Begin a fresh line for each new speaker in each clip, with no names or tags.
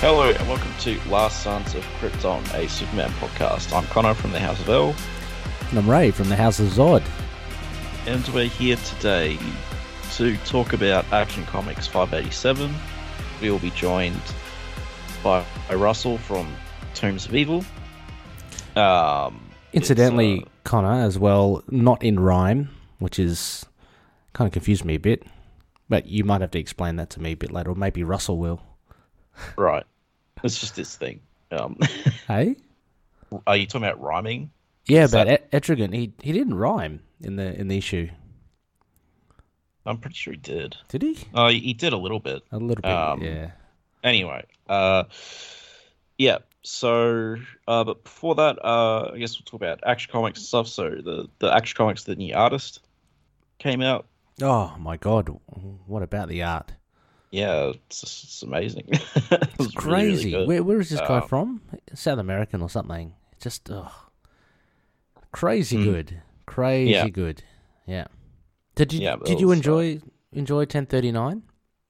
Hello and welcome to Last Sons of Krypton, a Superman podcast. I'm Connor from the House of L,
And I'm Ray from the House of Zod.
and we're here today to talk about Action Comics 587. We will be joined by Russell from Tombs of Evil. Um, it's,
Incidentally,
uh,
Connor as well, not in rhyme, which is kind of confused me a bit. But you might have to explain that to me a bit later, or maybe Russell will.
uh, right, it's just this thing. Um,
Hey,
are you talking about rhyming?
yeah,
Is
but E- Etrigan, he he didn't rhyme in the in the issue,
I'm pretty sure he did.
did he?
Oh, he he did a little bit.
A little bit,
Um,
yeah.
anyway, uh, yeah. So, uh, but before that, uh, I guess we'll talk about Action Comics stuff. So the the Action Comics, the new artist, came out.
Oh my god, what about the art?
Yeah, it's, it's amazing. it's really
Crazy.
good.
where where is this guy
Um,
from? South American or something? Just ugh. crazy
Hmm.
good, crazy
Yeah.
good. Yeah. Did you
Yeah,
did you
those, uh,
enjoy enjoy ten thirty nine?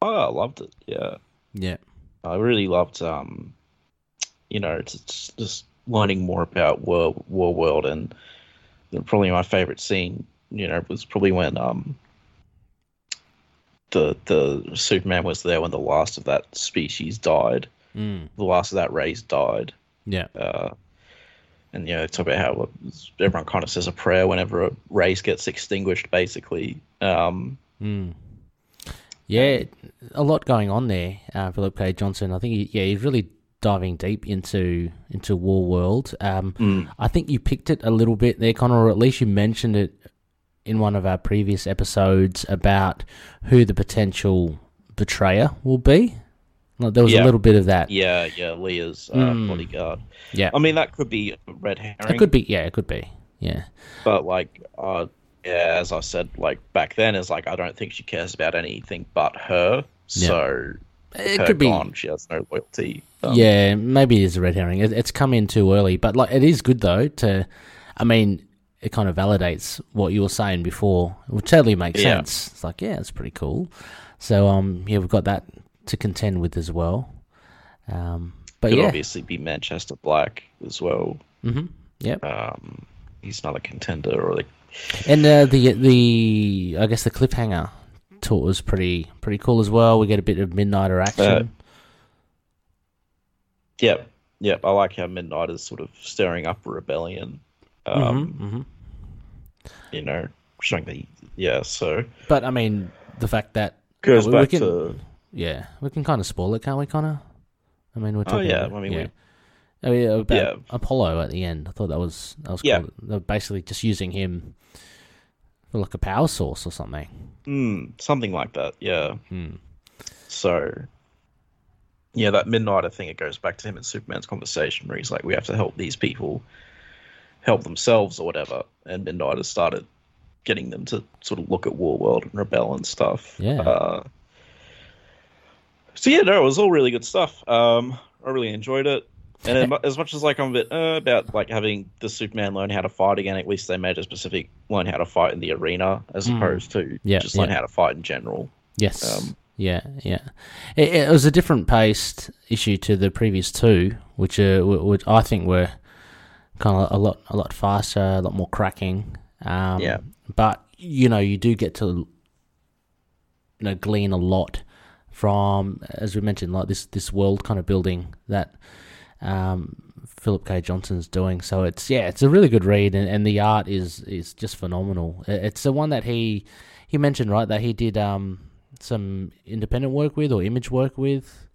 oh, I loved it. Yeah,
Yeah.
I really loved. Um, you know, it's, it's just learning more about War War World, and probably my favorite scene. You know, was probably when um. The, the Superman was there when the last of that species died,
Mm.
the last of that race died.
Yeah.
Uh, and you know, they talk about how everyone kind of says a prayer whenever a race gets extinguished, basically. Um,
Mm. Yeah, a lot going on there. Uh, Philip K. Johnson, I think. He, yeah, he's really diving deep into into War World. Um,
Hmm.
I think you picked it a little bit there, Connor, or at least you mentioned it in one of our previous episodes about who the potential betrayer will be. Like, there was
Yeah.
a little bit of that.
yeah, yeah, Leah's uh,
Mm.
bodyguard.
Yeah.
I mean, that could be a red herring,
it could be. Yeah, it could be. Yeah.
but like, uh, yeah, as I said, like back then, is like I don't think she cares about anything but her.
Yeah.
So
It
her
could be.
gone, she has no loyalty. Um,
yeah, maybe it is a red herring. It, it's come in too early, but like it is good though. To, I mean, it kind of validates what you were saying before. It would totally make
Yeah.
sense. It's like, yeah, it's pretty cool. So, um, yeah, we've got that to contend with as well. Um, but
could
yeah,
obviously be Manchester Black as well.
hmm yep.
Um, he's not a contender, or like,
And uh, the the I guess the cliffhanger tour was pretty pretty cool as well. We get a bit of midnighter action.
Uh, Yep, yep. I like how Midnight is sort of stirring up a rebellion. Um,
Mhm, mhm.
You know, showing the yeah. So
But I mean, the fact that
goes
we- we
back
can-
to
yeah, we can kind of spoil it, can't we, Connor? I mean, we're
Oh,
talking.
yeah,
about,
I mean,
yeah.
we-
I mean, about
Yeah.
Apollo at the end. I thought that was that was
Yeah.
cool. They're basically just using him for like a power source or something.
mm, something like that. Yeah.
Hmm.
So yeah, that Midnighter thing. It goes back to him in Superman's conversation where he's like, "We have to help these people, help themselves or whatever." And Midnight has started getting them to sort of look at War World and rebel and stuff.
Yeah.
Uh, so yeah, no, it was all really good stuff. Um, I really enjoyed it. And as mu- as much as like I'm a bit uh, about like having the Superman learn how to fight again, at least they made a specific learn how to fight in the arena as
Mm.
opposed to
Yeah,
just learn
yeah.
how to fight in general.
Yes.
Um,
yeah, yeah. It, it was a different paced issue to the previous two, which uh, w- which I think were kind of a lot a lot faster, a lot more cracking. Um,
Yeah.
But you know, you do get to you know glean a lot from, as we mentioned, like this this world kind of building that um, Philip K. Johnson's doing. So it's yeah, it's a really good read, and, and the art is is just phenomenal. I- It's the one that he he mentioned right that he did um, some independent work with or image work with.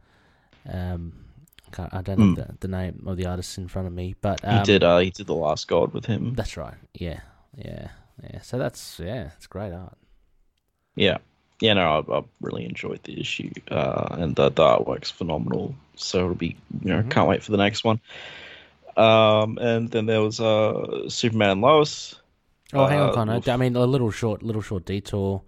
Um, I can't- I don't
Hmm.
have the, the name of the artist in front of me, but
he
um,
did. Uh, he did the Last God with him.
That's right. Yeah, yeah, yeah. So that's yeah, it's great art.
Yeah, yeah. No, I, I really enjoyed the issue, uh, and the, the artwork's phenomenal. So it'll be you
Mm-hmm.
know can't wait for the next one. Um, and then there was uh Superman and Lois.
Oh, hang on,
Uh,
Connor.
oof.
I mean, a little short, little short detour.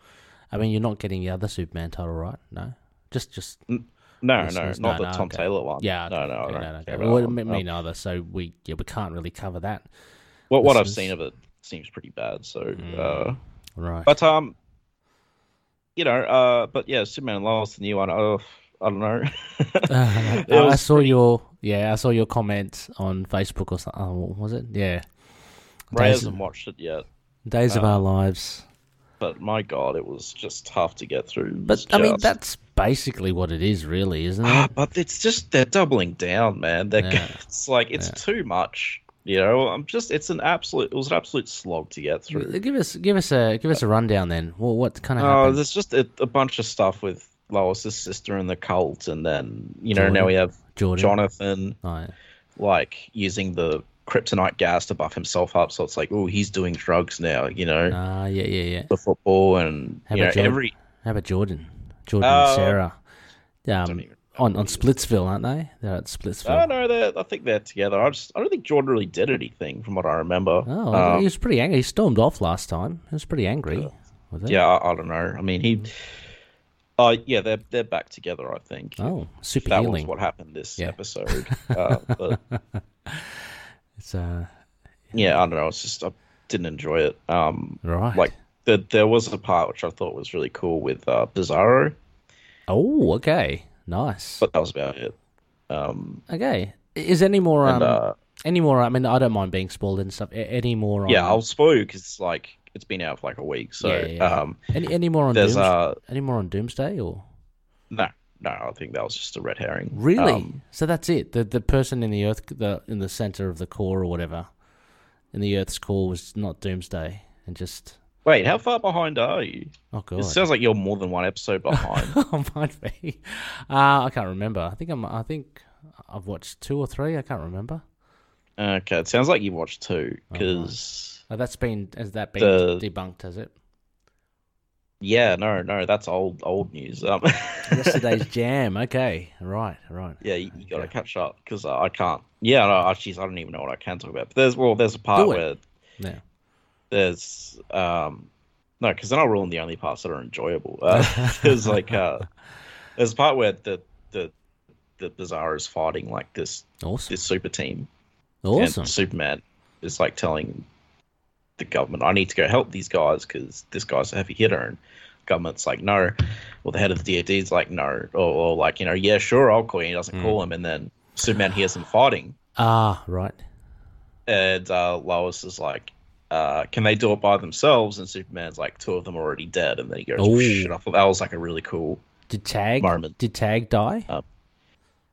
I mean, you're not getting the other Superman title, right? No, just, just
No,
Yes,
no,
yes,
not
no,
the
no,
Tom
okay.
Taylor one.
yeah.
no,
okay,
no, I
okay,
don't
no, no,
care
no.
about
Well,
that one.
me, me
Um,
neither. So we, yeah, we can't really cover that,
what what I've
listeners.
seen of it seems pretty bad. So,
Mm.
uh,
right?
but um, you know, uh, but yeah, Superman and Lois, the new one. Oh, I don't know.
Uh,
It
I
was
saw your yeah, I saw your comment on Facebook or something. Oh, what was it? Yeah,
Ray
Days-
hasn't watched it yet,
Days
Oh.
of Our Lives.
but my god, it was just tough to get through.
But
It's
I mean,
just-
that's basically what it is, really, isn't
Ah,
it?
but it's just they're doubling down, man. They're
Yeah.
it's like it's too much. You know, I'm just it's an absolute it was an absolute slog to get through.
Give us give us a give us a rundown then. Well, what kind of
Oh,
happened?
there's just a, a bunch of stuff with Lois's sister and the cult, and then you know now we have
Jordan.
Jonathan
Right.
like using the kryptonite gas to buff himself up. So it's like, oh, he's doing drugs now. You know,
Ah, yeah, yeah, yeah.
the football and
How
you know
about Jordan?
every
How about Jordan? Jordan
Oh.
and Sarah. Um,
even-
on on Splitsville, aren't they? They're at Splitsville.
I don't know that I think they're together. I just I don't think Jordan really did anything from what I remember.
Oh,
Um,
he was pretty angry. He stormed off last time. He was pretty angry. with it.
Yeah, I, I don't know. I mean, he. Uh, yeah, they're they're back together. I think.
Oh,
If
super
that
healing.
was what happened this
Yeah.
episode. Uh, but
It's uh,
yeah, I don't know. It's just I didn't enjoy it. Um,
right.
like the, there was a part which I thought was really cool with uh, Bizarro,
oh, okay, nice.
but that was about it. Um,
okay, is there any more? Um,
and uh,
any more? I mean, I don't mind being spoiled and stuff. A- Any more? On,
yeah, I'll spoil because it's like it's been out for like a week. So
um, Yeah, yeah, yeah.
Um,
any any more on?
there's
Dooms-
uh
any more on Doomsday or
no no I think that was just a red herring.
really?
Um,
so that's it. The the person in the earth, the in the center of the core or whatever, in the Earth's core was not Doomsday and just
wait, how far behind are you?
oh god.
It sounds like you're more than one episode behind.
I might be. Uh, I can't remember. I think I'm. I think I've watched two or three. I can't remember.
Okay, it sounds like you watched two because
Oh, that's been has that been
The-
debunked? Has it?
yeah, no, no, that's old old news. Um,
Yesterday's jam. Okay. Right. Right.
yeah, you, you gotta catch up because I can't. Yeah, no, oh, jeez, I don't even know what I can talk about. But there's well, there's a part
Do it.
where
Yeah.
there's um no, because then I'll ruin the only parts that are enjoyable. Uh, there's like uh, there's a part where the the the Bizarro is fighting like this
Awesome.
this super team
Awesome.
and Superman is like telling the government, "I need to go help these guys because this guy's a heavy hitter." And government's like, "No," or the head of the DoD is like, "No," or, or like, you know, "Yeah, sure, I'll call you." He doesn't
Hmm.
call him, and then Superman hears him fighting,
Ah. Right.
and uh, Lois is like. Uh, can they do it by themselves? And Superman's like, two of them are already dead, and then he goes,
Ooh.
"Shit!" I thought that was like a really cool.
Did tag?
Marmot.
Did tag die?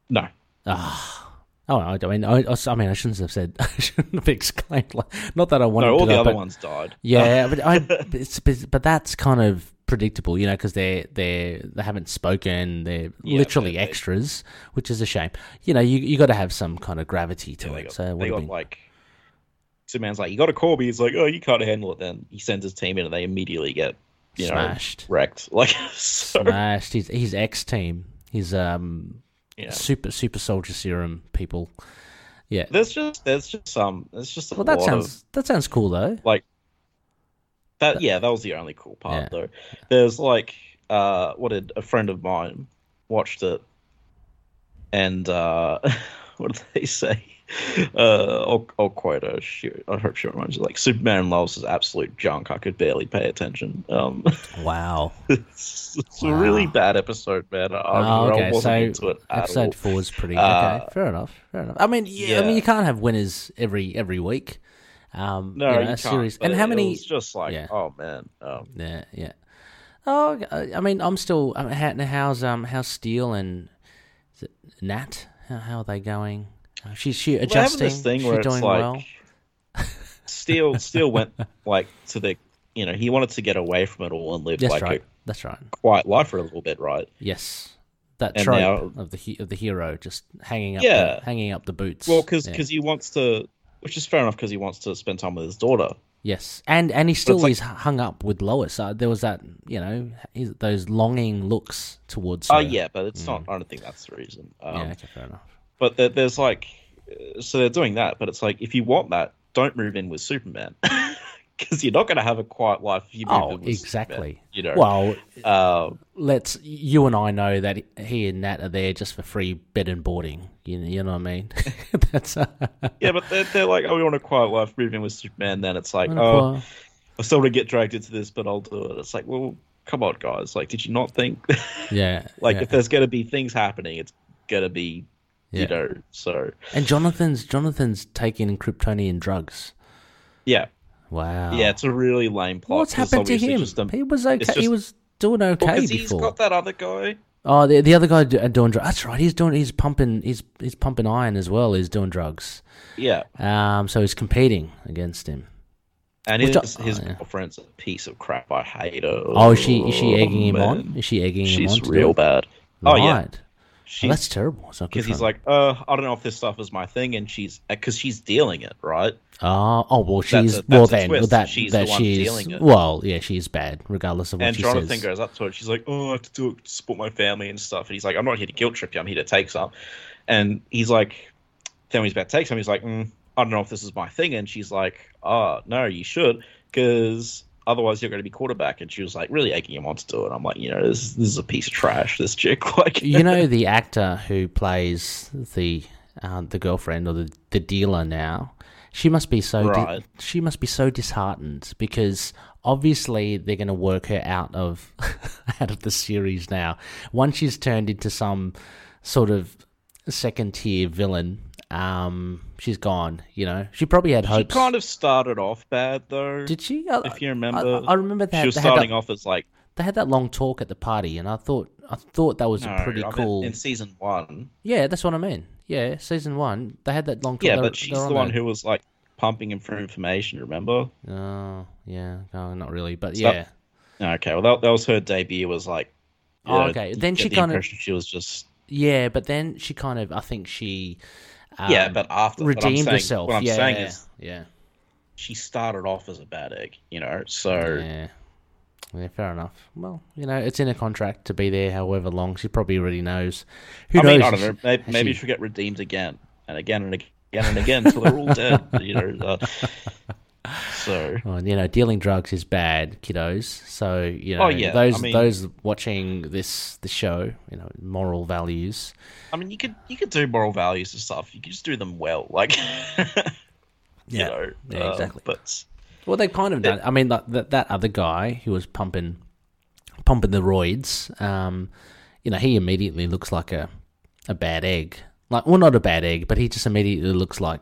No,
Oh, I I mean, I, I s- I mean, I shouldn't have said. I shouldn't have exclaimed. Like, not that I wanted
no, all
to.
the
though,
other
but-
ones died.
Yeah, Uh, but I, it's, but but that's kind of predictable, you know, because they're they they haven't spoken, they're
Yeah,
literally
they- they-
extras, which is a shame. You know, you you got to have some kind of gravity to
they
it.
got,
so it
they
would've
got
been-
like Superman's like, you got to call me. He's like, oh, you can't handle it. Then he sends his team in, and they immediately get you
Smashed.
know wrecked. Like, so,
smashed his his ex team, his um
yeah.
super super soldier serum people. Yeah,
There's just there's just some there's just a
well that
lot
sounds
of
that sounds cool though.
like that. Yeah, that was the only cool part
Yeah.
though. There's like uh, what did a friend of mine watched it, and uh, what did they say? Uh, I'll, I'll quote her. She, I hope she reminds you. Like Superman loves is absolute junk. I could barely pay attention. Um,
Wow.
it's it's a really bad episode, man. I,
Oh,
I
okay,
wasn't
so
into it at all.
episode four is pretty
Uh,
okay. Fair enough. Fair enough. I mean, yeah, I mean,
yeah.
you can't have winners every every week. Um,
No,
you know,
you
a
can't,
series.
but
And how
it
many?
was just like,
yeah.
oh man, um,
Yeah, yeah. Oh, I I mean, I'm still. I mean, how, how's um, how's Steele and is it Nat? How, how are they going? Uh, She's she
we're having
adjusting.
this thing
She's
where
doing
it's like,
well.
Steele, Steele went like to the, you know, he wanted to get away from it all and live
That's
like
right.
a
That's right.
quiet life for a little bit, right?
Yes, that
And
trope of the he- of the hero just hanging up,
Yeah.
the, hanging up the boots.
Well, because
Yeah.
he wants to, which is fair enough, because he wants to spend time with his daughter.
yes, and and he still
like-
is hung up with Lois. Uh, there was that, you know, his, those longing looks towards.
Oh
her.
yeah, but it's not. I don't think that's the reason. Um,
Mm. Yeah, okay, fair enough.
But there, there's like, uh, so they're doing that, but it's like if you want that, don't move in with Superman, because you're not going to have a quiet life if you move
Oh,
in with
exactly.
Superman, you know,
Well,
um,
let's you and I know that he and Nat are there just for free bed and boarding. You know, you know what I mean? That's uh,
yeah, but they're, they're like, oh, we want a quiet life, move in with Superman. Then it's like,
well,
oh, I still want to get dragged into this, but I'll do it. It's like, well, come on, guys! Like, did you not think?
Yeah.
like,
yeah.
if there's gonna be things happening, it's gonna be,
Yeah.
you know. So
and Jonathan's Jonathan's taking Kryptonian drugs.
yeah,
Wow.
yeah, it's a really lame plot.
What's
'cause it's
happened to
obviously
him?
just a-
he was okay.
it's
he
just-
was doing okay
because he's
before.
got that other guy.
Oh, the the other guy do- doing drugs. That's right. He's doing. He's pumping. He's he's pumping iron as well. He's doing drugs.
Yeah,
Um. So he's competing against him.
and
Which
his,
I-
his
oh, yeah.
girlfriend's a piece of crap. I hate her.
Oh, is she is she egging him
man.
on? Is she egging him on?
She's
to do
real
it?
bad. Oh
Right.
yeah,
Oh,
she's
that's terrible. It's not good
because
for
he's
him.
like, uh, I don't know if this stuff is my thing, and she's because she's dealing it, right?
oh, oh well, she's
that's
well
a
then well,
twist.
that
She's
that
the one
she's
dealing it.
well yeah she's bad regardless of what
and
she
Jonathan
says.
goes up to her. She's like, "Oh, I have to do it to support my family and stuff." And he's like, "I'm not here to guilt trip you. I'm here to take some." And he's like, then when he's about to take some, he's like, mm, "I don't know if this is my thing." And she's like, "Oh, no, you should, because otherwise you're going to be quarterback." And she was like, really egging him on to do it. I'm like, you know, this this is a piece of trash. This chick, like,
you know the actor who plays the uh, the girlfriend or the, the dealer now she must be so di-
Right.
she must be so disheartened because obviously they're going to work her out of out of the series now once she's turned into some sort of second tier villain um she's gone you know she probably had
she
hopes
kind of started off bad though.
did she I,
if you remember,
I, I remember that
she was
they had that-
starting off as like
they had that long talk at the party and i thought i thought that was
no,
a pretty
I meant
cool
in season one.
Yeah, that's what I mean. Yeah, season one, they had that long.
Yeah,
they're-
but she's
they're
the
on
one
that-
who was like pumping him for information. Remember?
Oh, yeah. No, not really, but
So-
yeah.
Okay, well that, that was her debut. Was like, you
Oh,
know,
okay.
you
Then
get
she
the
kinda-
impression she was just
Yeah, but then she kind of, I think she. Um,
yeah, but after but I'm
redeemed
saying-
herself.
What I'm
yeah,
saying is
yeah,
she started off as a bad egg, you know. So
yeah. Yeah, fair enough. Well, you know, it's in a contract to be there however long. She probably already knows. Who
I
knows?
mean, I don't
She-
know. Maybe,
has
maybe
she-
she'll get redeemed again and again and again and again until they're all dead, you know. uh, so
Well, Oh, you know, dealing drugs is bad, kiddos. So you know,
Oh, yeah, I
those
mean-
those watching this the show, you know, moral values.
I mean, you could you could do moral values and stuff. You could just do them well, like you
Yeah.
know.
Yeah,
uh,
exactly.
But
Well, they kind of done. I mean, like, that that other guy who was pumping, pumping the roids. Um, you know, he immediately looks like a, a bad egg. Like, well, not a bad egg, but he just immediately looks like,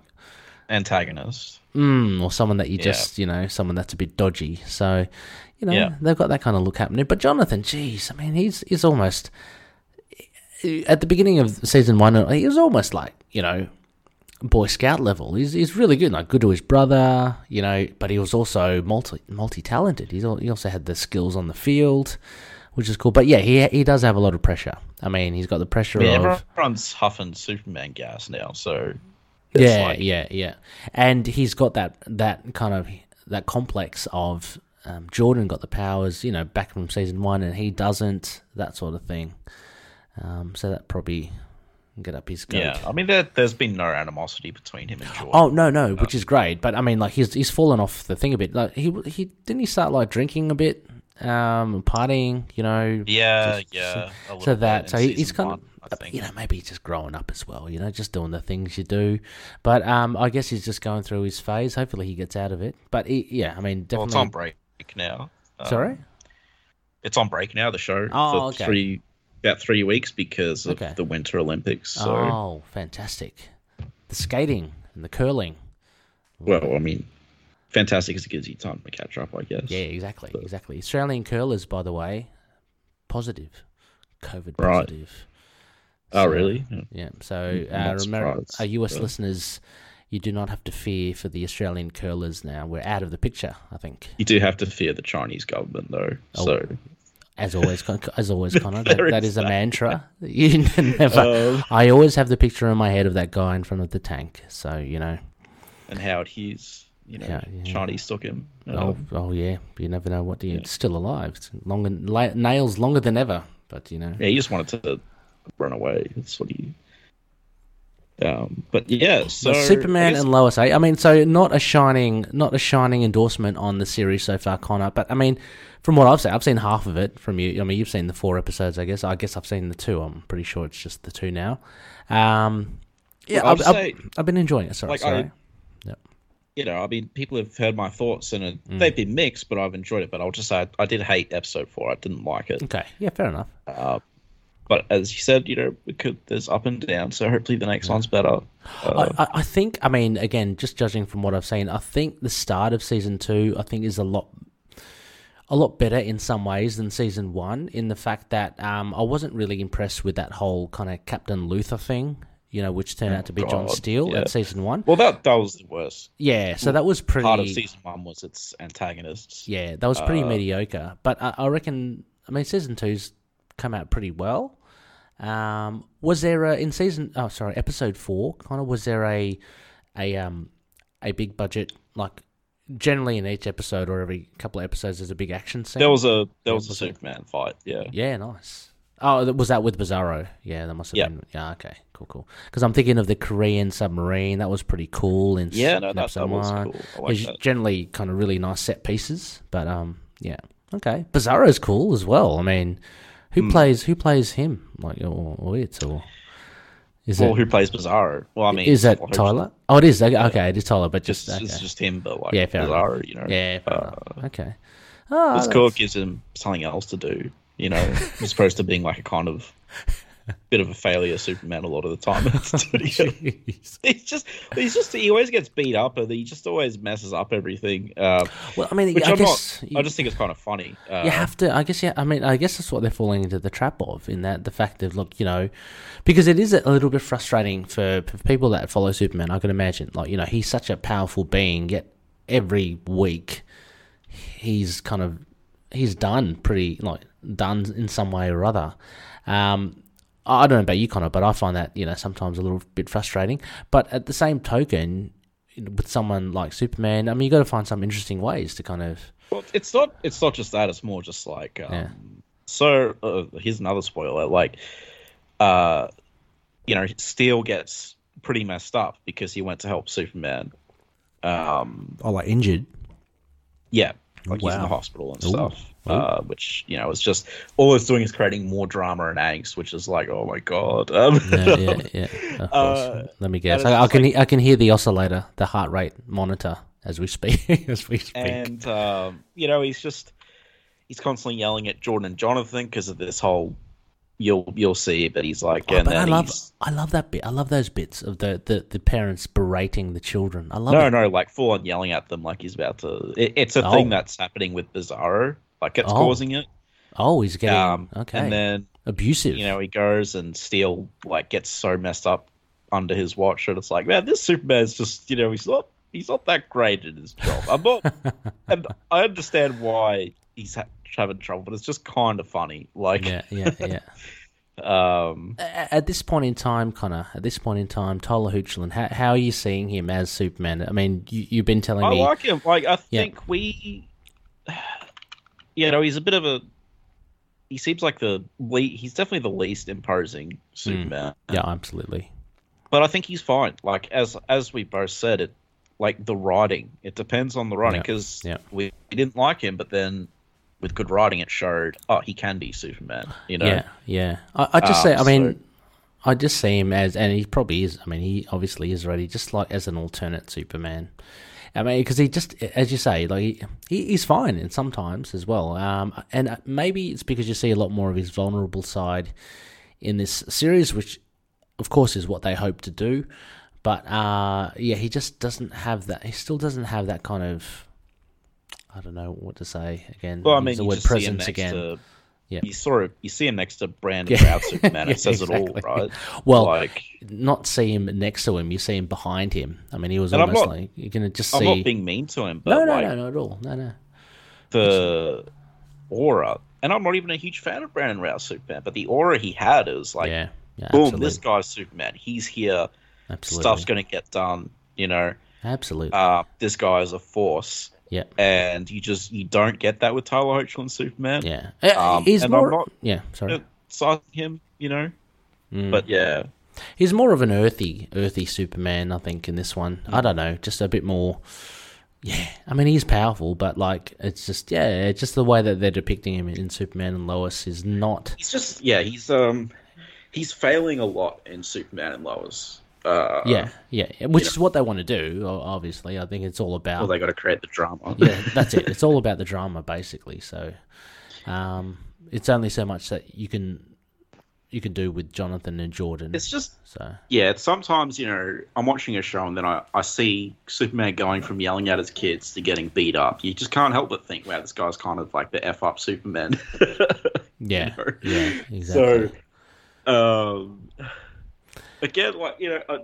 antagonist.
mm, or someone that you just, you know, someone that's a bit dodgy. So, you know,
Yeah.
they've got that kind of look happening. But Jonathan, geez, I mean, he's he's almost at the beginning of season one, he was almost like, you know, Boy Scout level. He's he's really good, like good to his brother, you know. But he was also multi multi talented. He's al- he also had the skills on the field, which is cool. But yeah, he he does have a lot of pressure. I mean, he's got the pressure
I mean,
of
everyone's huffing Superman gas now, so
yeah,
like-
yeah, yeah. And he's got that that kind of that complex of um, Jordan got the powers, you know, back from season one, and he doesn't. That sort of thing. Um, so that probably get up his goat.
yeah. I mean, there, there's been no animosity between him and Jordan.
Oh no, no, which is great. But I mean, like he's he's fallen off the thing a bit. Like he he didn't he start like drinking a bit, um, partying, you know.
yeah,
just-
yeah. a little
So
bit
that
in
so he,
season
he's kind
one, I
of
think.
you know maybe he's just growing up as well. You know, just doing the things you do. But um, I guess he's just going through his phase. Hopefully, he gets out of it. But he, yeah, I mean,
well,
definitely.
it's on break now. Um,
Sorry.
it's on break now. The show
Oh,
for
okay.
three about three weeks because of
Okay.
the Winter Olympics. uh, So
Oh, fantastic! The skating and the curling.
well, I mean, fantastic because it gives you time to catch up, I guess.
Yeah, exactly, exactly. Australian curlers, by the way, positive, COVID
Right.
positive.
Oh,
So-
really? Yeah.
Yeah. So
I'm
uh,
not
remember,
surprised,
our US
but-
listeners, you do not have to fear for the Australian curlers now. We're out of the picture, I think.
You do have to fear the Chinese government, though.
Oh.
So
As always, Con- as always, Connor, that,
There
that
is
is a mantra. You never.
Um.
I always have the picture in my head of that guy in front of the tank. So you know.
and Howard Hughes, you know,
Yeah, yeah.
Chinese took him. Uh,
Oh, oh yeah. You never know what. It's still alive. It's long and la- nails longer than ever. But you know.
Yeah, he just wanted to run away. That's what he. Um, but yeah, so
But Superman
I guess-
and Lois. Eh? I mean, so not a shining, not a shining endorsement on the series so far, Connor. But I mean, from what I've seen, I've seen half of it from you. I mean, you've seen the four episodes, I guess. I guess I've seen the two. I'm pretty sure it's just the two now. Um, yeah,
I'll
I've,
just
I've,
say-
I've been enjoying it. Sorry,
like, I-
sorry.
you know, I mean, people have heard my thoughts and it,
Mm.
they've been mixed, but I've enjoyed it. But I'll just say I, I did hate episode four. I didn't like it.
Okay. Yeah, fair enough.
Uh, but as you said, you know, we could, there's up and down. So hopefully the next one's better. Uh,
I, I- I think, I mean, again, just judging from what I've seen, I think the start of season two, I think, is a lot, a lot better in some ways than season one. In the fact that um, I wasn't really impressed with that whole kind of Captain Luther thing, you know, which turned out to be John
Oh, God,
Steele
yeah.
at season one.
well, that that was the worst
Yeah, so that was pretty.
part of season one was its antagonists.
Yeah, that was pretty mediocre. But I, I reckon, I mean, season two's come out pretty well. Um, was there a, in season? Oh, sorry, episode four. Kind of was there a a um a big budget like generally in each episode or every couple of episodes there's a big action scene.
There was a there was a Superman fight. Yeah,
yeah, nice. Oh, that- was that with Bizarro? Yeah, that must have
Yeah.
been. Yeah, okay, cool, cool. Because I'm thinking of the Korean submarine. That was pretty cool. In s-
Yeah, no,
in
that- that
episode
was
one.
cool. I like
There's
that.
generally kind of really nice set pieces, but um, yeah, okay. Bizarro's cool as well. I mean, who
Hmm.
plays who plays him? Like, or, or it or is
well,
it
who plays Bizarro? Well, I mean,
is that
well, who's-
Tyler? Oh, it is. Okay, okay, it is Tyler, but
Just
just okay.
it's just him, but like
Yeah, fair enough.
Bizarro, you know.
yeah, fair
uh,
enough. okay. Oh,
It's cool. It gives him something else to do, you know, as opposed to being like a kind of bit of a failure Superman a lot of the time. It's doing-
that's-
he's just, he's just, he always gets beat up, and he just always messes up everything. Uh,
well, I mean,
which
I
I am
guess
not. I just think it's kind of funny. Uh,
you have to i guess yeah i mean i guess that's what they're falling into the trap of in that the fact of look you know because it is a little bit frustrating for, for people that follow superman i can imagine like you know he's such a powerful being yet every week he's kind of he's done pretty like done in some way or other um I I don't know about you, Connor, but I find that you know sometimes a little bit frustrating. But at the same token, with someone like Superman, I mean, you got to find some interesting ways to kind of
Well, it's not. It's not just that. It's more just like. Um,
Yeah.
So uh, here's another spoiler. Like, uh, you know, Steel gets pretty messed up because he went to help Superman. um,
oh, like injured.
Yeah, like he's in
Wow.
the hospital and stuff. Uh, which you know, it's just all it's doing is creating more drama and angst, which is like, oh my god. Um,
yeah, yeah, yeah. Of course.
Uh,
Let me guess.
and it's
I, I
just
can he- I can hear the oscillator, the heart rate monitor as we speak. as we speak.
and um, you know he's just he's constantly yelling at Jordan and Jonathan because of this whole you'll you'll see, but he's like,
Oh,
and
but I
then
love
he's,
I love that bit. I love those bits of the, the, the parents berating the children. I love
no,
it.
no, like full on yelling at them, like he's about to. It, it's a
Oh.
thing that's happening with Bizarro, like it's
Oh.
causing it.
Oh, he's getting
Um,
okay
and then
abusive.
you know he goes and Steel like gets so messed up under his watch, and it's like, man, this Superman's just you know he's not he's not that great at his job. I'm not, and I understand why he's ha- having trouble, but it's just kind of funny. Like,
yeah, yeah, yeah.
um,
A- at this point in time, Connor. At this point in time, Tyler Hoechlin. How, how are you seeing him as Superman? I mean, you, you've been telling
I
me.
like him. Like, I
Yeah.
think we, you know, he's a bit of a. He seems like the le- he's definitely the least
Hmm.
imposing Superman,
yeah, absolutely.
but I think he's fine. Like as as we both said, it like the writing. It depends on the writing
Yeah,
because
yeah.
we, we didn't like him, but then with good writing, it showed oh he can be Superman. You know,
Yeah, yeah. I, I just
Um,
say, I mean,
so-
I just see him as, and he probably is. I mean, he obviously is already just like as an alternate Superman. I mean, because he just, as you say, like he, he he's fine, and sometimes as well. Um, and maybe it's because you see a lot more of his vulnerable side in this series, which, of course, is what they hope to do. But uh, yeah, he just doesn't have that. He still doesn't have that kind of. I don't know what to say again.
Well, I
use
mean,
the
you
word
just see him
presence
next
again.
to.
Yeah.
You sort of you see him next to Brandon
Yeah.
Routh Superman. It
Yeah,
says
exactly.
it all, right?
Well,
like
not see him next to him. You see him behind him. I mean, he was
And I'm
almost
not-
like you can just
I'm
see.
not being mean to him, but
no, no,
like
no, no, at all. No, no.
the aura, and I'm not even a huge fan of Brandon Routh Superman, but the aura he had is like,
yeah, yeah,
boom,
absolutely,
this guy's Superman. He's here.
absolutely,
Stuff's going to get done. You know,
absolutely.
uh, this guy is a force,
yeah,
and you just you don't get that with Tyler Hoechlin Superman.
yeah. Uh,
um,
he's
and I'm
more.
not-
yeah, sorry.
Uh, Sizing him, you know,
Mm.
but yeah,
He's more of an earthy, earthy Superman, I think, in this one. I don't know, just a bit more. Yeah, I mean, he's powerful, but like, it's just yeah, it's just the way that they're depicting him in Superman and Lois is not.
he's just yeah he's um he's failing a lot in Superman and Lois. Uh,
yeah, yeah, which is what they want to do. o- Obviously, I think it's all about
Well, they got to create the drama.
yeah, that's it. It's all about the drama, basically. So, um, it's only so much that you can you can do with Jonathan and Jordan.
It's just
so
yeah, it's sometimes, you know, I'm watching a show and then I, I see Superman going from yelling at his kids to getting beat up. You just can't help but think, wow, this guy's kind of like the F up Superman.
yeah,
know?
yeah, exactly.
So, um, again, like, you know, I,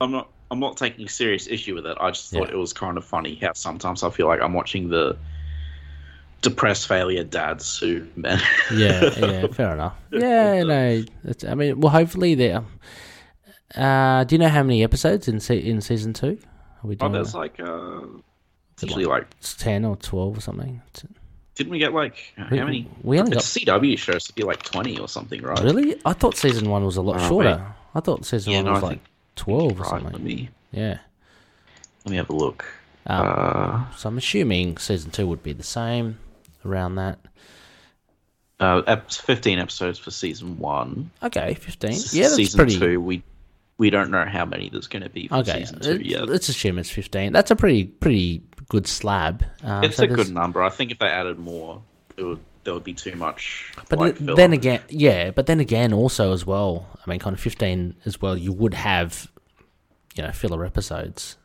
I'm not. I'm not taking serious issue with it. I just thought
Yeah.
it was kind of funny how sometimes I feel like I'm watching the depressed failure dads who man.
yeah, yeah, fair enough. Yeah, no, it's, I mean, well, hopefully there. Uh, do you know how many episodes in se- in season two? Are we
Oh,
doing
there's
a-
like uh, it's usually like
it's ten or twelve or something? It's-
didn't we get like how
We-
many?
we only
the
got-
CW shows to be like twenty or something, right?
Really? I thought season one was a lot
Oh,
shorter.
wait.
I thought season
Yeah,
one
no,
was
I
like
think-
twelve or
Right. Let
Oh, something.
me
Yeah.
let me have a look.
Um,
uh,
So I'm assuming season two would be the same, around that.
uh, ep- fifteen episodes for season one.
Okay, fifteen.
S-
Yeah, that's
season
pretty.
two. We we don't know how many there's going to be for
okay,
season two
let's-
yet.
let's assume it's fifteen. That's a pretty pretty good slab. Um,
It's
so
a
there's-
good number. I think if they added more, it would there would be too much.
But
like,
th-
filler.
then again, yeah. But then again, also as well, I mean, kind of fifteen as well. You would have, you know, filler episodes.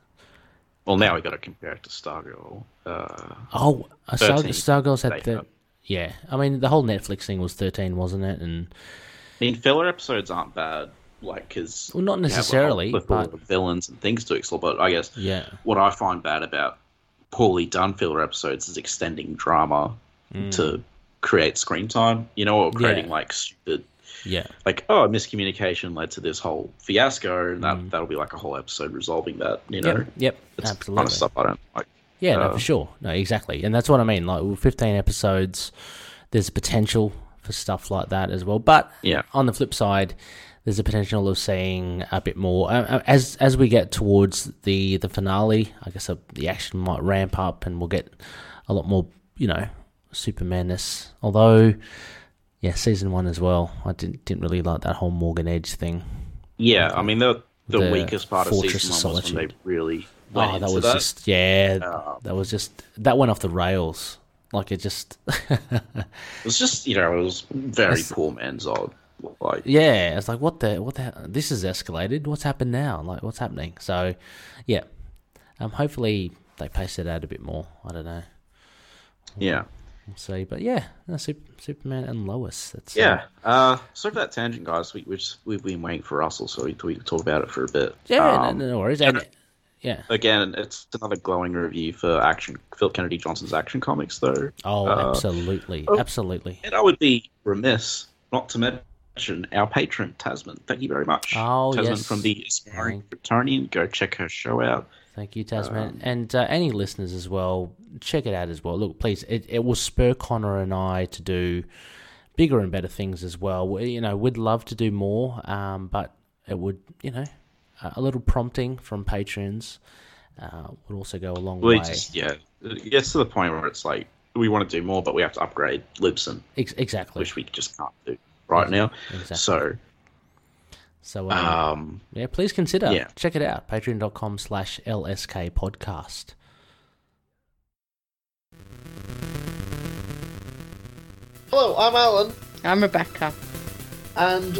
well, now we got to compare it to Stargirl. Uh,
Oh, uh, Star-
13
Stargirl's had
later.
the. Yeah, I mean, the whole Netflix thing was thirteen, wasn't it? And
I mean, filler episodes aren't bad, like because
Well, not necessarily, but-
villains and things to explore. But I guess
yeah,
what I find bad about poorly done filler episodes is extending drama to create screen time. You know, or creating
Mm. Yeah.
like stupid
yeah,
like oh miscommunication led to this whole fiasco, and that
Mm.
that'll be like a whole episode resolving that. You know,
yep, yep,
it's the
absolutely.
kind of stuff I don't like.
Yeah, no,
Uh,
for sure. No, exactly. And that's what I mean. Like, with 15 episodes, there's potential for stuff like that as well. But
Yeah.
on the flip side, there's a potential of seeing a bit more. Uh, uh, As as we get towards the, the finale, I guess uh, the action might ramp up and we'll get a lot more, you know, Supermanness. Although, yeah, season one as well. I didn't, didn't really like that whole Morgan Edge thing.
Yeah, I mean the the,
The
weakest part of
Fortress
season
of
one was when
Solitude.
they really went
Oh, that
into
was
that. Oh.
just yeah. that was just that went off the rails. Like it just
It was just you know it was very poor man's odd. Like
yeah. It's like what the what the hell- this has escalated. What's happened now? Like what's happening? So yeah. Um. Hopefully they pace it out a bit more. I don't know.
yeah,
We'll see. But yeah, no, Sup- Superman and Lois. That's uh,
yeah. Uh, sorry for that tangent, guys. We we just, we've been waiting for Russell, so we thought we could talk about it for a bit.
yeah.
Um,
no, no worries. And, yeah.
Again, it's another glowing review for action Phil Kennedy Johnson's action comics, though.
Oh,
uh,
absolutely, absolutely.
And I would be remiss not to mention our patron, Tasman. Thank you very much.
Oh,
Tasman
yes.
from the Aspiring Kryptonian. Go check her show out.
Thank you, Tasman, and uh, any listeners as well. Check it out as well. Look, please, it, it will spur Connor and I to do bigger and better things as well. We, you know, we'd love to do more, um, but it would, you know, a a little prompting from patrons uh, would also go a long
We
way.
just, yeah, it gets to the point where it's like, we want to do more, but we have to upgrade Libsyn,
Ex- exactly.
which we just can't do right now.
Exactly.
So,
So, um,
um,
yeah, please consider.
yeah.
Check it out. Patreon.com slash LSK podcast.
Hello, I'm Alan,
I'm Rebecca.
and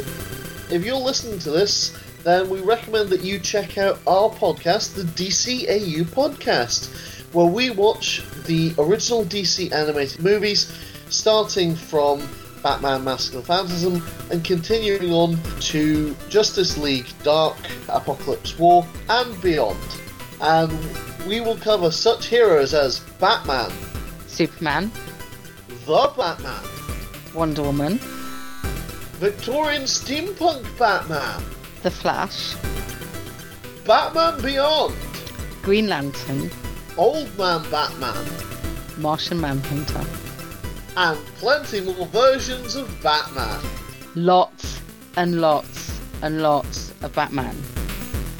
if you're listening to this, then we recommend that you check out our podcast, the DCAU Podcast, where we watch the original DC animated movies, starting from Batman Mask of Phantasm and continuing on to Justice League Dark, Apocalypse War, and beyond. And we will cover such heroes as Batman,
Superman,
The Batman,
Wonder Woman,
Victorian Steampunk Batman,
The Flash,
Batman Beyond,
Green Lantern,
Old Man Batman,
Martian Manhunter.
and plenty more versions of Batman.
Lots and lots and lots of Batman.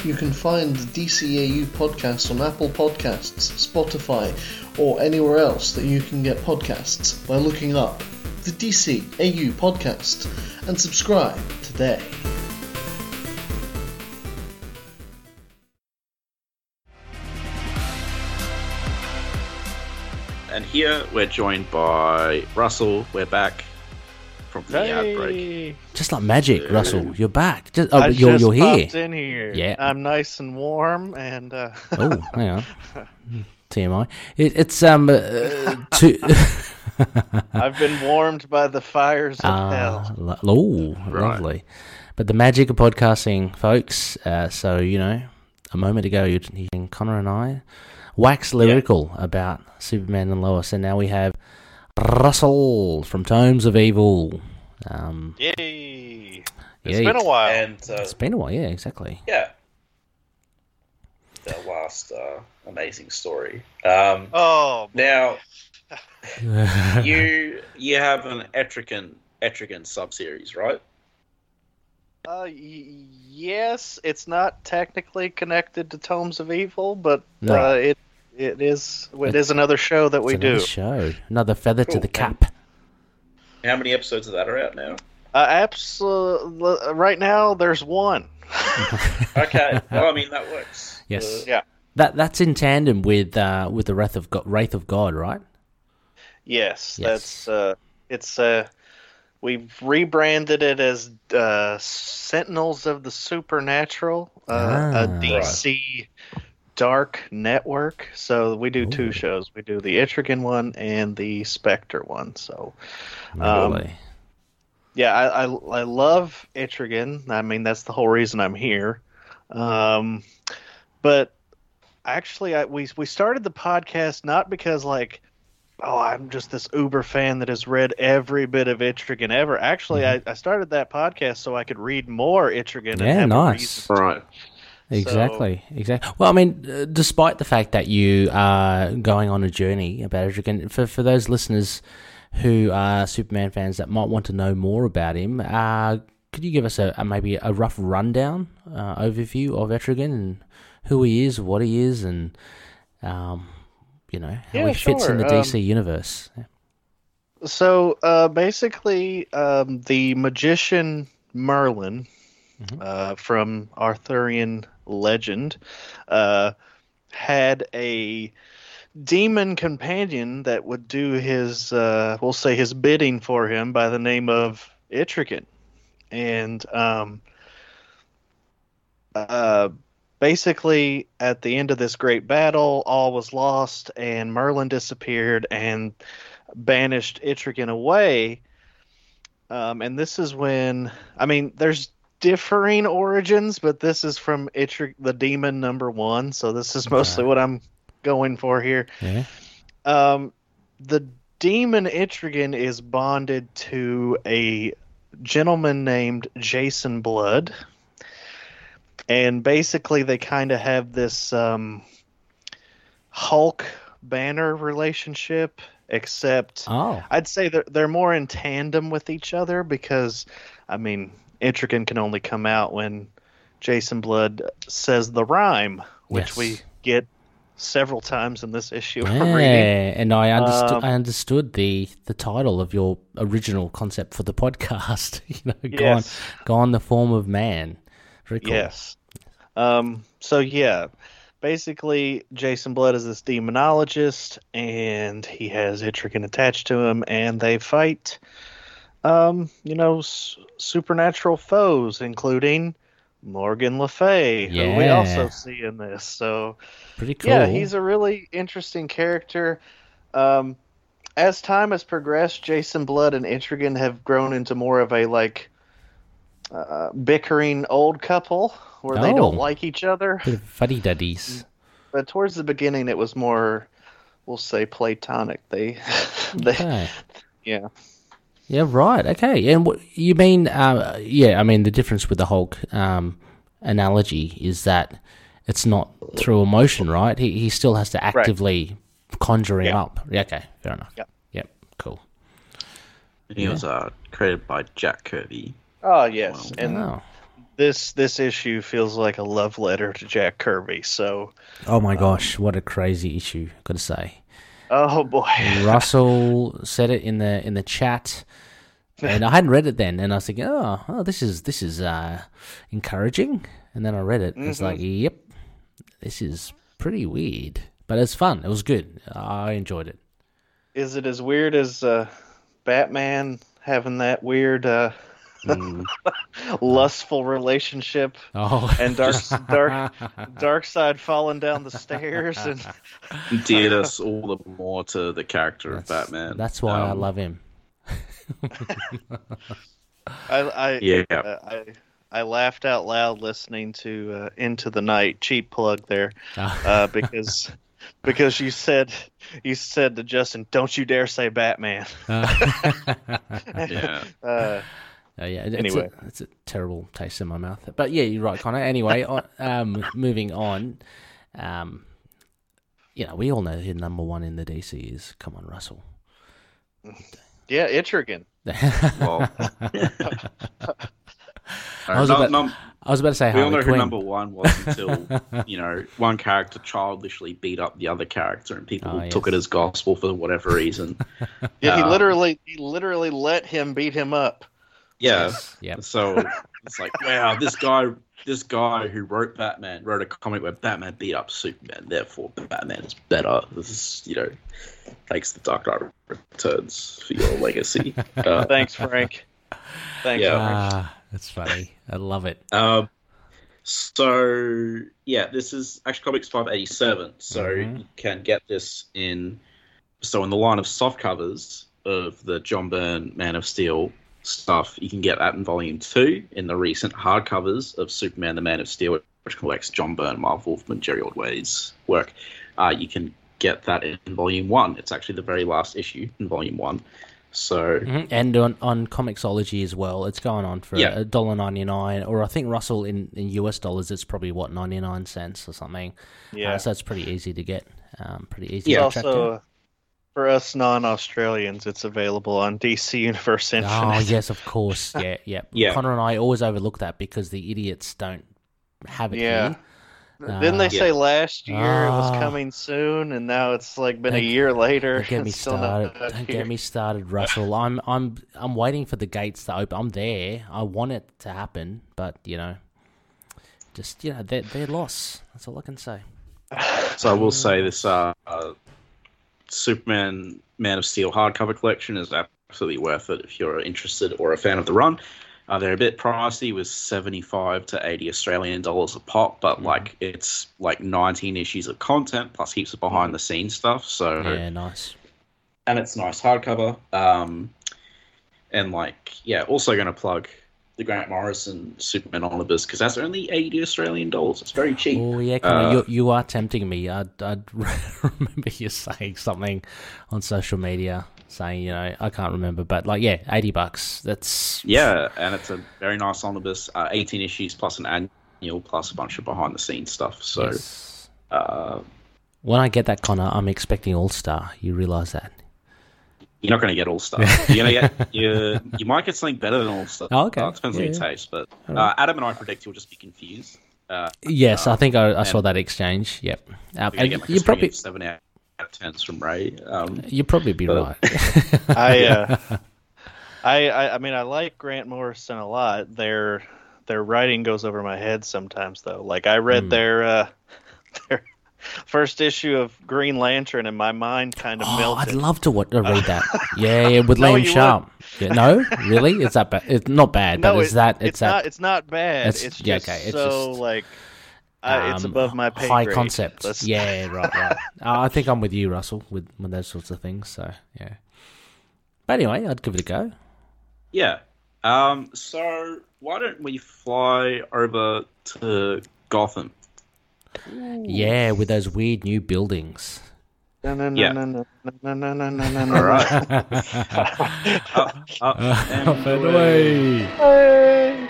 You can find the DCAU podcast on Apple Podcasts, Spotify, or anywhere else that you can get podcasts by looking up the DCAU podcast and subscribe today.
here. We're joined by Russell. We're back from the outbreak.
Just like magic,
Yeah.
Russell. You're back. Just, oh,
I
but you're,
just
you're here.
popped in here.
Yeah.
I'm nice and warm, and uh,
Oh, hang on. TMI. It, it's um uh, two.
I've been warmed by the fires of
Ah,
hell.
lo- oh, lovely. But the magic of podcasting, folks. Uh, so you know, a moment ago, you're hearing Connor and I wax lyrical about Superman and Lois, and now we have Russell from Tomes of Evil. Um,
Yay!
yeah,
It's been a while.
And uh,
It's been a while. Yeah, exactly.
yeah, the last uh, amazing story. Um,
oh,
Now, you you have an Etrigan Etrigan subseries, right?
uh, y- yes, it's not technically connected to Tomes of Evil, but
No.
uh, it it is it is another show that we
It's another
do.
show. Another feather to
Cool.
the cap.
How many episodes of that are out now?
Uh, absolutely. Right now, there's one.
Okay, well, I mean that works.
Yes.
Uh,
Yeah.
That that's in tandem with uh, with the wrath of God, wraith of God, right?
Yes,
Yes.
that's uh, it's uh, we've rebranded it as uh, Sentinels of the Supernatural, uh,
Ah.
a DC Dark Network. So we do two shows. We do the Etrigan one and the Spectre one. So Um,
Really.
yeah, I I, I love Etrigan. I mean, that's the whole reason I'm here. Um, but actually, I, we we started the podcast not because like, oh, I'm just this uber fan that has read every bit of Etrigan ever. Actually, I, I started that podcast so I could read more Etrigan. and
Mm-hmm. Yeah,
have a
nice.
reason.
All right.
Exactly. Exactly. Well, I mean, uh, despite the fact that you are going on a journey about Etrigan, for for those listeners who are Superman fans that might want to know more about him, uh, could you give us a, a maybe a rough rundown uh, overview of Etrigan and who he is, what he is, and um, you know how
Yeah,
he fits in
sure. um,
the DC universe?
So uh, basically, um, the magician Merlin uh, from Arthurian legend uh, had a demon companion that would do his, uh, we'll say, his bidding for him by the name of Itrican. And um, uh, basically, at the end of this great battle, all was lost, and Merlin disappeared, and banished Itrigan away. Um, and this is when I mean, there's differing origins, but this is from Itrig, the demon number one. So this is mostly what I'm going for here.
Yeah.
Um, the demon Itrigan is bonded to a gentleman named Jason Blood. And basically, they kind of have this um, Hulk banner relationship, except
Oh.
I'd say they're, they're more in tandem with each other because, I mean, Intrigan can only come out when Jason Blood says the rhyme, which
Yes.
we get several times in this issue.
Yeah,
We're reading.
and I understood.
Um,
I understood the the title of your original concept for the podcast. you know,
Yes.
gone, gone the form of man. Very cool.
Yes. Um, so yeah, basically Jason Blood is this demonologist, and he has Itrigan attached to him, and they fight, um, you know, s- supernatural foes, including Morgan Le Fay, who we
Yeah.
also see in this. So
pretty cool.
yeah, he's a really interesting character. Um, as time has progressed, Jason Blood and Intrigan have grown into more of a like uh, bickering old couple where they
Oh.
don't like each other.
bit of fuddy duddies.
But towards the beginning, it was more, we'll say, platonic. They, they
Okay.
yeah.
Yeah, right. Okay, and what you mean? Uh, yeah, I mean the difference with the Hulk um, analogy is that it's not through emotion, right? He he still has to actively conjure him
Yeah.
up. Yeah, okay, fair enough.
Yeah.
Yep. Cool.
And he was uh, created by Jack Kirby.
Oh yes, and
Oh.
this this issue feels like a love letter to Jack Kirby. So,
Oh my gosh, what a crazy issue! Got to say.
oh boy,
Russell said it in the in the chat, and I hadn't read it then, and I was thinking, oh, oh this is this is uh, encouraging, and then I read it, and it's like, yep, this is pretty weird, but it's fun. It was good. I enjoyed it.
Is it as weird as uh, Batman having that weird uh,
Mm.
lustful relationship
Oh,
and dark dark dark side falling down the stairs and
Endeared us all the more to the character of
That's-
Batman.
That's why I
Um,
love him.
I I,
Yeah,
uh, I I laughed out loud listening to uh, Into the Night cheap plug there uh, because because you said you said to Justin don't you dare say Batman
yeah.
uh,
Uh, yeah, it's,
Anyway.
a, it's a terrible taste in my mouth. But yeah, you're right, Connor. Anyway, on, um, moving on. Um, you know, we all know who number one in the DC is. Come on, Russell.
yeah Itrigan
Well,
I was about-
num-
I was about to say
we all know
Harley
who
Quinn.
number one was until you know one character childishly beat up the other character, and people
Oh,
took
yes.
it as gospel for whatever reason.
yeah he
Um,
literally he literally let him beat him up
yeah,
Yep.
so it's like wow, this guy, this guy who wrote Batman wrote a comic where Batman beat up Superman, therefore Batman is better. This is you know thanks to Dark Knight Returns for your legacy. Uh,
thanks Frank thanks
Yeah.
Frank.
Ah, that's funny. I love it.
Um, so yeah, this is Action Comics 587. So
Mhm.
you can get this in so in the line of soft covers of the John Byrne Man of Steel stuff, you can get that in volume two in the recent hardcovers of Superman the Man of Steel, which collects John Byrne, Marv Wolfman, Jerry Ordway's work. Uh, you can get that in volume one. It's actually the very last issue in volume one. So
Mhm. And on, on Comixology as well, it's going on for
Mm-hmm. Yeah.
a dollar ninety nine, or I think Russell in, in US dollars, it's probably what ninety nine cents or something.
yeah
Uh, so it's pretty easy to get. Um, pretty easy.
It's
to track down.
also uh, for us non-Australians, it's available on DC Universe
Oh
Infinite.
yes, of course. Yeah, yeah.
Yeah.
Connor and I always overlook that because the idiots don't have it
Yeah.
here.
Didn't they
Ah.
say last year it was
Ah.
coming soon, and now it's like been
Don't-
a year later?
Don't get
and
me
still not
started.
out
Don't
here?
get me started, Russell. I'm I'm I'm waiting for the gates to open. I'm there. I want it to happen, but you know, just you know, they're they're loss. That's all I can say.
So I will say this: uh, uh, Superman Man of Steel hardcover collection is absolutely worth it if you're interested or a fan of the run. Uh, they're a bit pricey, with seventy-five to eighty Australian dollars a pop, but like it's like nineteen issues of content plus heaps of behind-the-scenes stuff. So
Yeah, nice.
and it's nice hardcover. Um, and like, yeah, also going to plug the Grant Morrison Superman Omnibus because that's only eighty Australian dollars. It's very cheap.
Oh yeah, Connor,
Uh,
you you are tempting me. I I remember you saying something on social media saying you know I can't remember, but like yeah, eighty bucks. That's
Yeah, and it's a very nice omnibus, uh, 18 issues plus an annual plus a bunch of behind the scenes stuff. So,
Yes.
uh,
When I get that, Connor, I'm expecting All Star. You realize that?
you're not going to get all stuff. You're going to get you, you might get something better than all stuff.
Oh, okay.
Uh, it depends
Yeah,
on your
yeah.
taste, but uh, Adam and I predict you'll just be confused. Uh,
Yes, I think I, I saw
and-
that exchange. Yep. Um,
we're going
and
to get like a
you
string
probably
of seven out out of tens from Ray. Um,
you probably be
But-
right.
I, uh, I, I, I mean, I like Grant Morrison a lot. Their their writing goes over my head sometimes, though. Like I read their uh, their first issue of Green Lantern, and my mind kind of
oh,
melted.
I'd love to wa- uh, read that. Yeah, yeah with
No,
Liam
you
Sharp. Yeah, no, really, it's that bad. It's not bad, but it's
it-
that it's,
It's,
that
not. It's not bad.
It's-
It's,
yeah,
just
okay, it's
so
just,
like I it's
um,
above my pay
high
grade.
concept.
Let's-
Yeah, right, right. uh, I think I'm with you, Russell, with with those sorts of things. So yeah. But anyway, I'd give it a go.
yeah. Um, so, why don't we fly over to Gotham?
Yeah, with those weird new buildings.
Yeah. All
All
right. Uh,
Up
up, up, and
and
away.
away.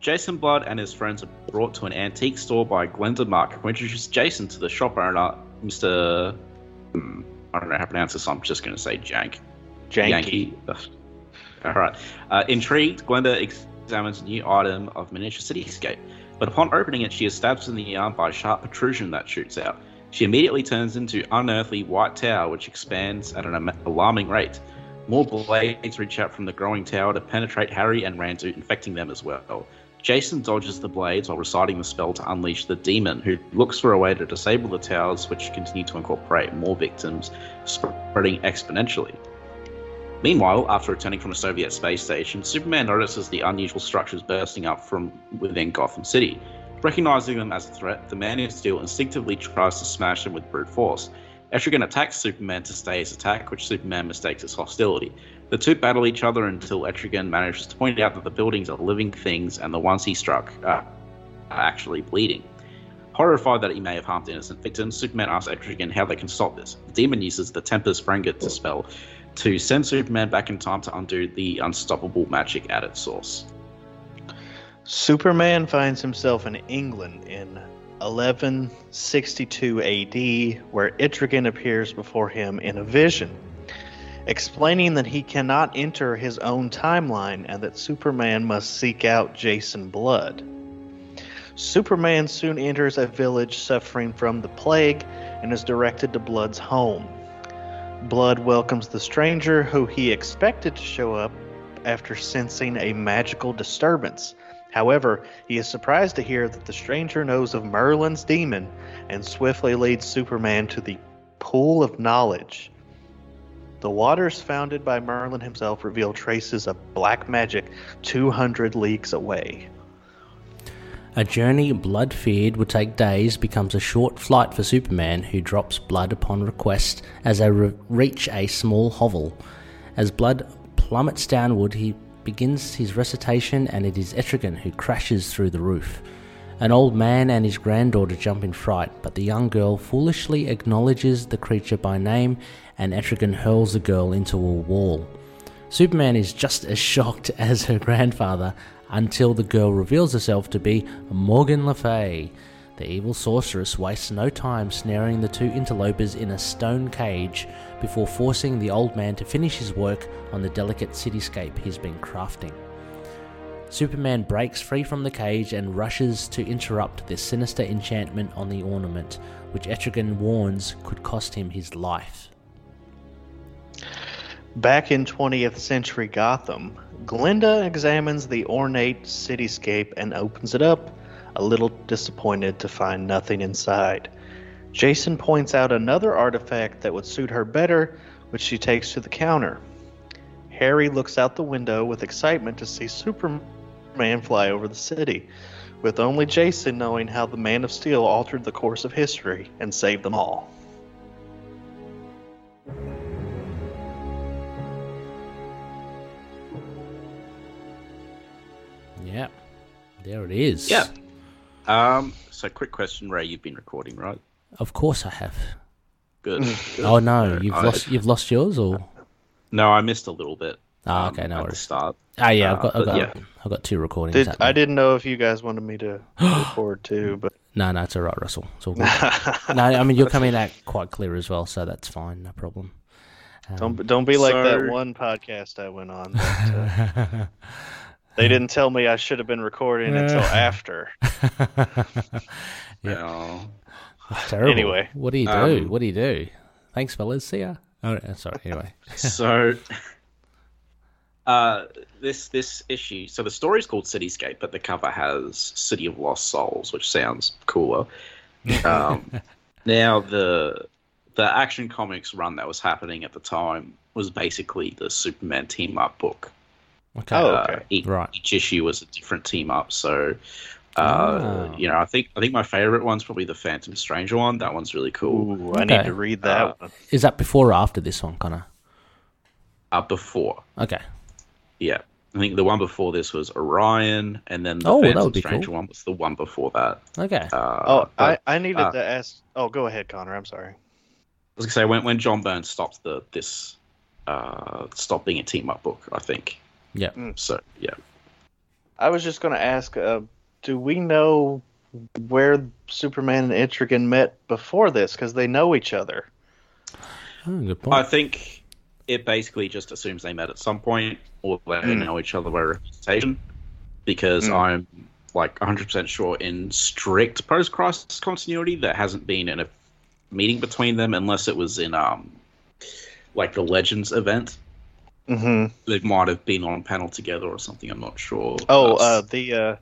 Jason Blood and his friends are brought to an antique store by Glenda Mark, who introduces Jason to the shop owner, Mr. Hmm, I don't know how to pronounce this, I'm just going to say Jank.
Janky.
Ugh. All right. Uh, intrigued, Glenda examines a new item of miniature cityscape, but upon opening it, she is stabbed in the arm by a sharp protrusion that shoots out. She immediately turns into unearthly white tower, which expands at an ama- alarming rate. More blades reach out from the growing tower to penetrate Harry and Randu, infecting them as well. Jason dodges the blades while reciting the spell to unleash the demon, who looks for a way to disable the towers, which continue to incorporate more victims, spreading exponentially. Meanwhile, after returning from a Soviet space station, Superman notices the unusual structures bursting up from within Gotham City. Recognizing them as a threat, the Man in Steel instinctively tries to smash them with brute force. Etrigan attacks Superman to stay his attack, which Superman mistakes as hostility. The two battle each other until Etrigan manages to point out that the buildings are living things and the ones he struck are are actually bleeding. Horrified that he may have harmed innocent victims, Superman asks Etrigan how they can stop this. The demon uses the Tempest Frangit to spell to send Superman back in time to undo the unstoppable magic at its source.
Superman finds himself in England in 1162 AD, where Itrigan appears before him in a vision, explaining that he cannot enter his own timeline and that Superman must seek out Jason Blood. Superman soon enters a village suffering from the plague and is directed to Blood's home. Blood welcomes the stranger who he expected to show up after sensing a magical disturbance. However, he is surprised to hear that the stranger knows of Merlin's demon and swiftly leads Superman to the Pool of Knowledge. The waters founded by Merlin himself reveal traces of black magic 200 leagues away.
A journey Blood feared would take days becomes a short flight for Superman, who drops Blood upon request as they re- reach a small hovel. As Blood plummets downward, he begins his recitation, and it is Etrigan who crashes through the roof. An old man and his granddaughter jump in fright, but the young girl foolishly acknowledges the creature by name, and Etrigan hurls the girl into a wall. Superman is just as shocked as her grandfather until the girl reveals herself to be Morgan Le Fay. The evil sorceress wastes no time snaring the two interlopers in a stone cage before forcing the old man to finish his work on the delicate cityscape he's been crafting. Superman breaks free from the cage and rushes to interrupt the sinister enchantment on the ornament, which Etrigan warns could cost him his life.
Back in 20th century Gotham, Glinda examines the ornate cityscape and opens it up, a little disappointed to find nothing inside. Jason points out another artifact that would suit her better, which she takes to the counter. Harry looks out the window with excitement to see Superman fly over the city, with only Jason knowing how the Man of Steel altered the course of history and saved them all.
Yep. There it is.
Yeah. Um, so, quick question, Ray. You've been recording, right?
Of course I have.
Good.
Oh no, you've
I-
lost you've lost yours or
No, I missed a little bit. um,
Ah, okay, no
at the
worries.
start.
Ah yeah, I've
Uh,
got I've
but
got,
yeah.
I've got two recordings.
Did,
happening.
I didn't know if you guys wanted me to record too, but
No, no, it's all right, Russell. It's all good. no, I mean you're coming out quite clear as well, so that's fine, no problem.
don't don't be like that
So-
one podcast I went on. That, uh, they didn't tell me I should have been recording until after.
Oh,
Terrible.
Anyway,
what do you do?
um,
what do you do? Thanks, fellas. See ya. Oh, uh, sorry. Anyway,
so uh, this this issue so the story is called cityscape but the cover has city of lost souls which sounds cooler um, now the the action comics run that was happening at the time was basically the superman team up book
okay.
Oh,
Uh,
okay.
each,
Right.
each issue was a different team up so uh,
Ah.
you know i think i think my favorite one's probably the phantom stranger one that one's really cool
Ooh, I need
Okay.
to read that
Uh,
one.
Is that before or after this one, Connor?
uh, before
Okay.
Yeah. I think the one before this was Orion, and then the
Oh, that
Phantom
would be
Stranger
cool.
one was the one before that.
Okay.
Uh,
Oh,
but
I, I needed
uh,
to ask. Oh, go ahead, Connor. I'm sorry.
I was gonna say when when John Byrne stopped the this uh, stopped being a team up book, I think.
Yeah.
Mm.
So yeah,
I was just going to ask. Uh, do we know where Superman and Etrigan met before this? Because they know each other.
Oh, good
I
point.
think it basically just assumes they met at some point or they
Mm.
know each other by reputation, because
Mm.
I'm like 100 percent sure in strict post crisis continuity there hasn't been an meeting between them unless it was in um like the Legends event.
hmm
They might have been on a panel together or something. I'm not sure.
Oh,
That's-
uh, the uh,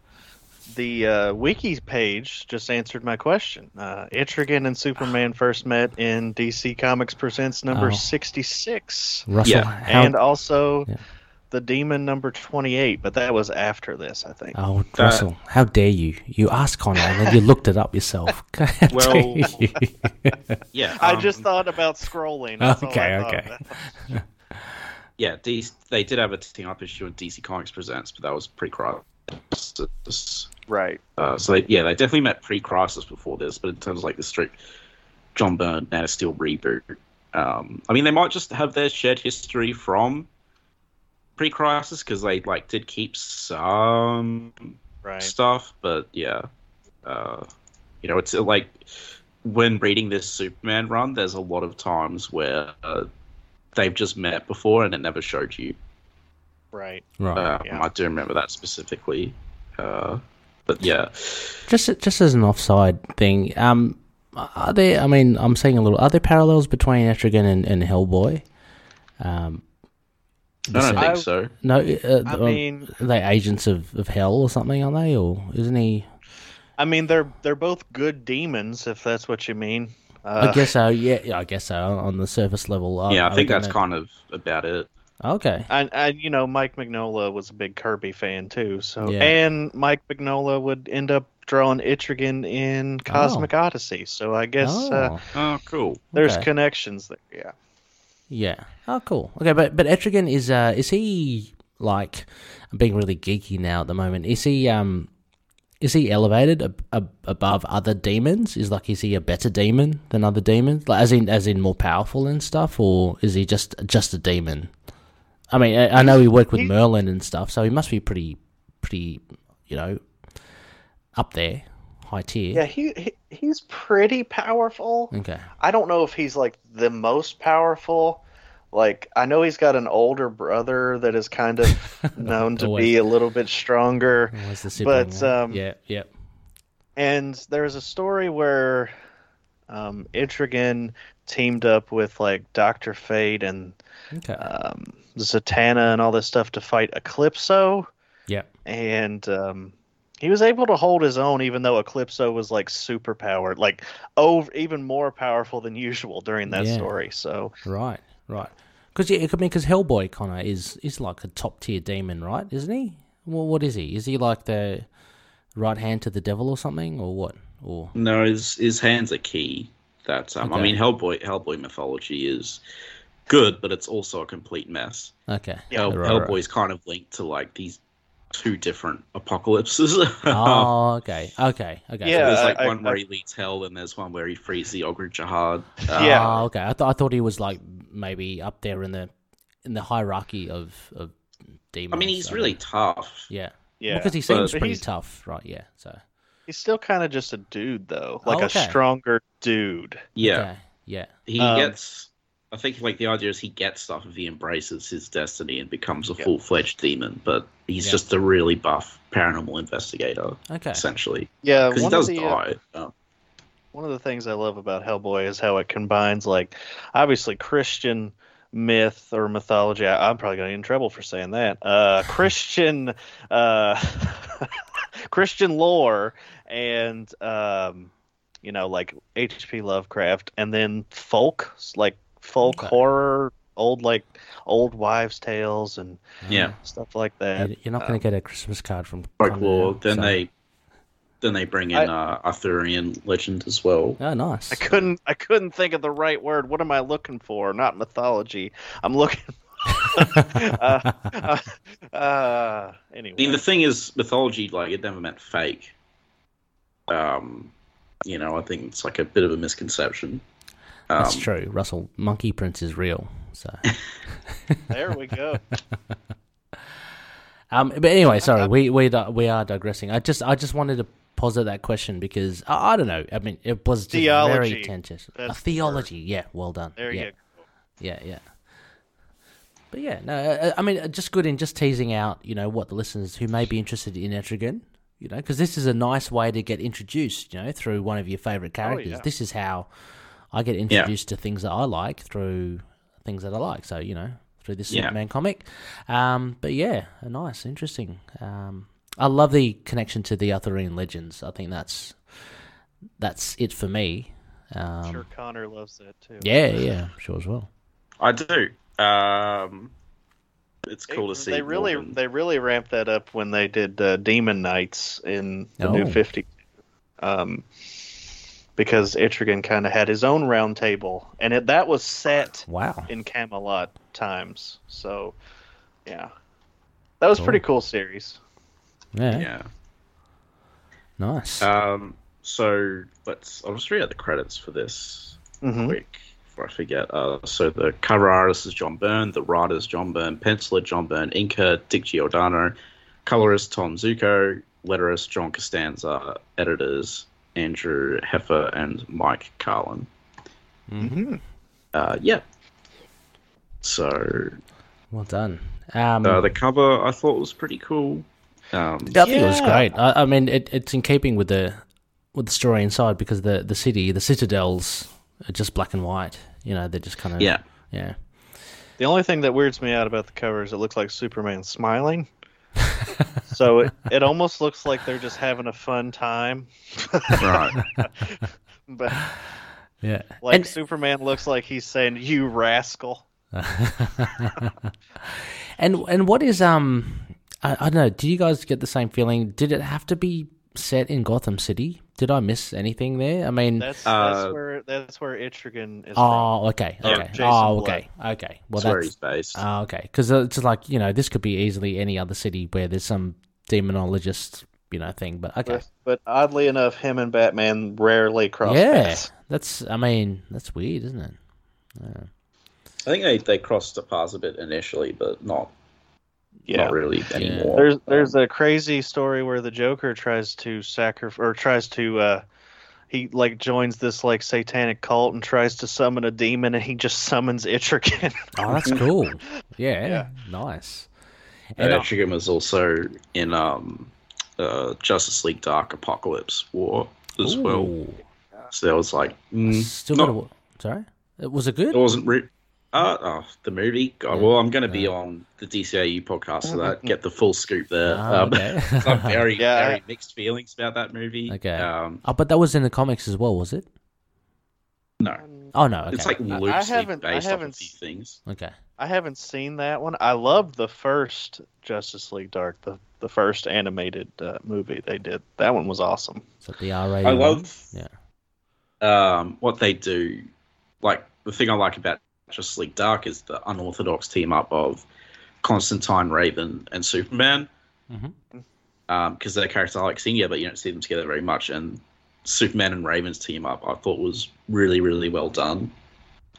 the uh, wiki page just answered my question. Uh, Etrigan and Superman first met in DC Comics Presents number
Oh.
66,
Russell,
Yeah,
how,
and also
Yeah.
the Demon number 28, but that was after this, I think.
oh
that-
Russell, how dare you? You asked Connor and then you looked it up yourself. How dare
Well,
you?
yeah.
I just
um,
thought about scrolling. That's all I
Okay,
thought.
okay.
yeah, D- they did have a team up issue in DC Comics Presents, but that was pre-crisis.
Right.
Uh, so they, yeah, they definitely met pre-crisis before this, but in terms of like the strict John Byrne Man of Steel reboot, um, I mean they might just have their shared history from pre-crisis because they like did keep some
Right.
stuff, but yeah, uh, you know it's uh, like when reading this Superman run, there's a lot of times where uh, they've just met before and it never showed you.
Right.
right.
Uh,
yeah.
I do remember that specifically, uh, but yeah.
Just just as an offside thing, um, are there? I mean, I'm seeing a little. Are there parallels between Etrigan and, and Hellboy? Um,
I don't
I-
think so.
no, uh,
I
um,
mean,
are they agents of, of Hell or something, are they? Or isn't he?
I mean, they're they're both good demons, if that's what you mean. Uh,
I guess so. Yeah, yeah, I guess so. On the surface level, are-
yeah, I
are
think
they
that's kind
gonna-
of about it.
okay.
And, and you know, Mike Mignola was a big Kirby fan too. So
Yeah.
and Mike Mignola would end up drawing Itrigan in Cosmic Odyssey. So I guess uh,
Oh,
Oh, cool.
there's
okay.
connections there. Yeah.
yeah. Oh, cool. Okay, but but Etrigan is uh is he like I'm being really geeky now at the moment? Is he um is he elevated ab- ab- above other demons? Is like is he a better demon than other demons? Like as in as in more powerful and stuff, or is he just just a demon? I mean, I, I know he worked with
He-
Merlin and stuff, so he must be pretty pretty you know up there, high tier.
Yeah, he, he he's pretty powerful.
Okay.
I don't know if he's like the most powerful. Like I know he's got an older brother that is kind of known to
Always.
be a little bit stronger.
Where's the
But,
sibling, right?
um,
yeah, yeah.
And there's a story where um, Itrigan teamed up with like Doctor Fate and
Okay.
um, Zatanna and all this stuff to fight Eclipso,
yeah.
and um, he was able to hold his own, even though Eclipso was like super powered, like over even more powerful than usual during that
Yeah.
story. So
Right, right. Because yeah, I mean, because Hellboy Connor is is like a top tier demon, right? Isn't he? Well, what is he? Is he like the right hand to the devil or something, or what? Or
No, his his hands are key. That's um, I
Okay.
mean, Hellboy Hellboy mythology is good, but it's also a complete mess.
okay,
Yeah.
Hell,
Right, right.
Hellboy's kind of linked to like these two different apocalypses.
Oh, okay, okay, okay.
Yeah,
there's
I-
like
I-
one where
I-
he leads hell, and there's one where he frees the Ogre Jihad.
Yeah.
Oh, okay. I thought I thought he was like maybe up there in the in the hierarchy of of demons.
I mean, he's
so-
really tough.
yeah,
yeah,
because he seems
But
pretty
he's-
tough, right? Yeah, so
he's still kind of just a dude though, like
Oh, okay.
a stronger dude.
Yeah,
okay, yeah,
he
Um,
gets. I think like the idea is he gets stuff if he embraces his destiny and becomes a
Yeah.
full fledged demon, but he's
Yeah.
just a really buff paranormal investigator
okay.
essentially
Yeah,
because he
one of
does
the, uh,
die. Uh,
one of the things I love about Hellboy is how it combines like obviously Christian myth or mythology. I, I'm probably gonna get in trouble for saying that. Uh, Christian uh, Christian lore and um, you know like H.P. Lovecraft and then folk like folk
Okay.
horror, old like old wives' tales and
Hmm.
yeah,
stuff like that.
You- You're not going to get a Christmas card from Connor
folklore.
now,
Um, Then
so-
they then they bring in uh, Arthurian legend as well.
Oh, nice.
I couldn't. I couldn't think of the right word. What am I looking for? Not mythology. I'm looking. uh, uh, uh, anyway.
I mean, the thing is, mythology like it never meant fake. Um, you know, I think it's like a bit of a misconception. Um,
That's true. Russell, Monkey Prince is real. So,
there we go.
um, but anyway, sorry, we we di- we are digressing. I just I just wanted to posit that question because I, I don't know. I mean, it was just
Theology.
very tangential.
That's
A
the
theology, yeah. Well done.
There
yeah,
you
Yeah, yeah. But yeah, no, I- I mean, uh, just good in just teasing out, you know, what the listeners who may be interested in Etrigan, you know, because this is a nice way to get introduced, you know, through one of your favorite characters.
Oh, yeah.
This is how I get introduced to things that I like through things that I like. So you know, through this
Yeah.
Superman comic. Um, but yeah, nice, interesting. Um, I love the connection to the Arthurian legends. I think that's that's it for me. Um,
sure Connor loves that too.
Yeah, yeah, sure as well.
I do. Um, it's
They-
cool to see.
They really,
more than-
they really ramped that up when they did uh, Demon Knights in the
Oh.
New Fifty, um, because Etrigan kind of had his own round table, and it, that was set
Wow.
in Camelot times. So, yeah, that was a
Oh.
pretty cool series.
Yeah,
yeah.
nice.
Um, so let's. I'll just read out the credits for this
Mm-hmm.
quick before I forget. Uh, so the cover artist is John Byrne, the writer is John Byrne, penciler John Byrne, inker Dick Giordano, colorist Tom Zuko, letterist John Costanza, editors Andrew Heffer and Mike Carlin.
Mm-hmm.
Uh, yeah. So
well done. Um,
Hmm.
uh, the cover I thought was pretty cool. Um,
Yeah, I think it was
Yeah.
great. I, I mean, it, it's in keeping with the with the story inside because the the city, the citadels, are just black and white. You know, they're just kind of
yeah.
yeah.
The only thing that weirds me out about the cover is it looks like Superman smiling. so it, it almost looks like they're just having a fun time,
Right.
but
Yeah,
like
And-
Superman looks like he's saying, "You rascal."
and and what is um, I, I don't know. Do you guys get the same feeling? Did it have to be set in Gotham City? Did I miss anything there? I mean,
That's
Uh,
that's where that's where Itrigan is
oh, okay,
Yeah,
okay,
Jason
oh, okay, okay. Well,
that's where
that's
he's based.
uh,
Ah, okay. Because it's just like you know, this could be easily any other city where there's some demonologist, you know, thing. But okay,
from. But oddly enough, him and Batman rarely cross
yeah,
paths.
that's. I mean, that's weird, isn't it?
I think they, they crossed the paths a bit initially, but not
Yeah.
not really anymore.
There's there's a crazy story where the Joker tries to sacrifice or tries to uh he like joins this like satanic cult and tries to summon a demon and he just summons Itrigan.
Oh, that's cool. Yeah,
Yeah.
nice. And
And
uh, I-
Etrigan was also in um, uh, Justice League Dark Apocalypse War as well.
Ooh.
So there was like, mm,
Still
No.
got a, sorry. It was it
it
good?
wasn't re- uh, oh, the movie. God, well, I'm going to be on the DCAU podcast, so that get the full scoop there.
Ah,
um,
okay.
so I'm very
Yeah.
very mixed feelings about that movie.
Okay.
Um,
oh, but that was in the comics as well, was it?
no,
Oh no. Okay.
it's like
I
loosely
haven't- I
based off
haven't
a few things.
okay.
I haven't seen that one. I loved the first Justice League Dark, the the first animated uh, movie they did. That one was awesome.
So the R rated.
I love
Yeah.
um, what they do. Like the thing I like about Justice League Dark is the unorthodox team up of Constantine, Raven, and Superman.
Mhm.
Because their characters are like senior, but you don't see them together very much. And Superman and Raven's team up, I thought was really, really well done.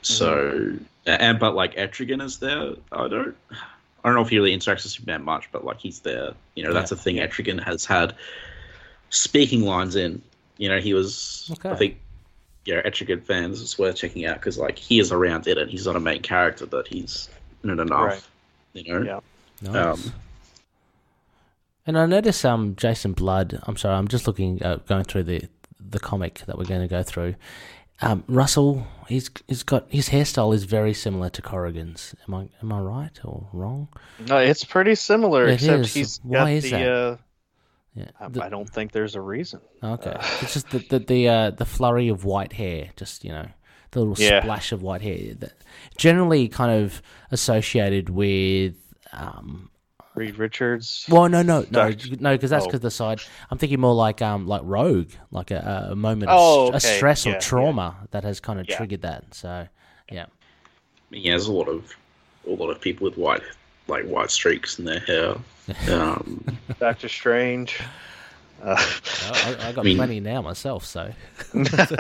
So,
Mm-hmm.
a- and but like Etrigan is there. I don't, I don't know if he really interacts with Superman much, but like he's there. You know, that's a thing Etrigan has had speaking lines in. You know, he was, I
Okay.
think, you know, Etrigan fans, it's worth checking out because like he is around in it. He's not a main character, but he's in it enough.
Right.
You know,
Yeah.
Nice.
Um,
and I notice um Jason Blood. I'm sorry, I'm just looking uh, going through the the comic that we're going to go through. Um, Russell, he's he's got his hairstyle is very similar to Corrigan's. Am I am I right or wrong?
No, it's pretty similar,
It
except
is.
he's
Why
got
is
the.
that?
Uh,
Yeah.
I,
The-
I don't think there's a reason.
okay. It's just the the the, uh, the flurry of white hair, just you know, the little
Yeah.
splash of white hair that generally kind of associated with um,
Reed Richards.
Well, no, no, no,
Doctor-
no, because that's
Oh.
because the side. I'm thinking more like um, like rogue, like a, a moment of
Oh,
st-
okay,
a stress
yeah,
or
yeah.
trauma that has kind of
Yeah.
triggered that. So, yeah,
yeah, there's a lot of a lot of people with white like white streaks in their hair. Um,
Doctor Strange. Uh,
I, I- I got
I mean-
plenty now myself. So,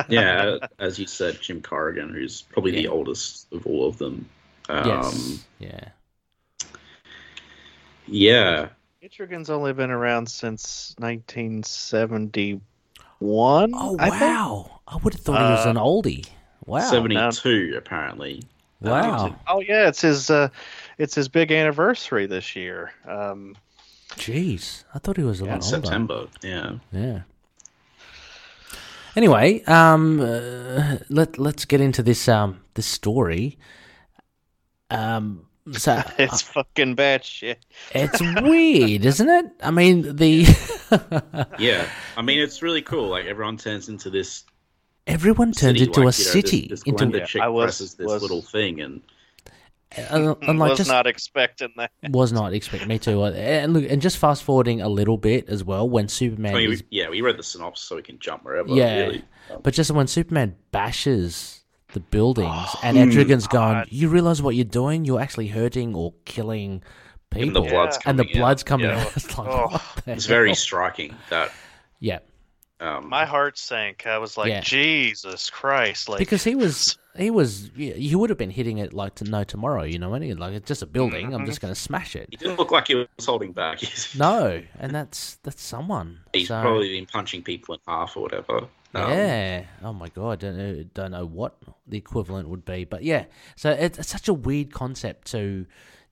yeah, as you said, Jim Corrigan, who's probably the
Yeah.
oldest of all of them. Um,
yes, yeah,
Yeah.
Etrigan's only been around since 1971.
Oh
I think.
wow, Uh, I, would have thought he was an oldie. Wow,
72, apparently.
wow,
Oh yeah, it's his. Uh, it's his big anniversary this year. Um,
jeez, I thought he was a
In
lot older.
September. Yeah.
Yeah. Anyway, um, uh, let let's get into this um this story. Um, so
It's fucking bad shit.
it's weird, isn't it? I mean, the
yeah, I mean it's really cool. Like everyone turns into this
everyone turns
city,
into
like,
a
you know,
city,
This, this
into
Glenda chick
I was-
presses this
was-
little thing, and
uh, and like
was
just
not expecting that.
was not expect me to. Uh, And look, and just fast forwarding a little bit as well when Superman
I mean,
is
we, yeah, we read the synopsis so we can jump wherever.
Yeah.
really.
But just when Superman bashes the buildings
Oh,
and Etrigan's gone, you realize what you're doing? You're actually hurting or killing
and the
people.
blood's
And
coming
the blood's
out.
coming
Yeah.
out. It's like,
Oh.
what the
It's
hell?
very striking that.
Yeah.
Um,
My heart sank. I was like,
Yeah.
Jesus Christ! Like
Because he was, he was, yeah, you would have been hitting it like to no tomorrow, you know what I mean? Like, it's just a building. I'm
Mm-hmm.
just going to smash
he
it.
didn't look like he was holding back. He's,
No. And that's, that's someone.
he's
So-
probably been punching people in half or whatever. Um,
yeah. Oh my god. Don't know. Don't know what the equivalent would be, but yeah. So it's, it's such a weird concept to,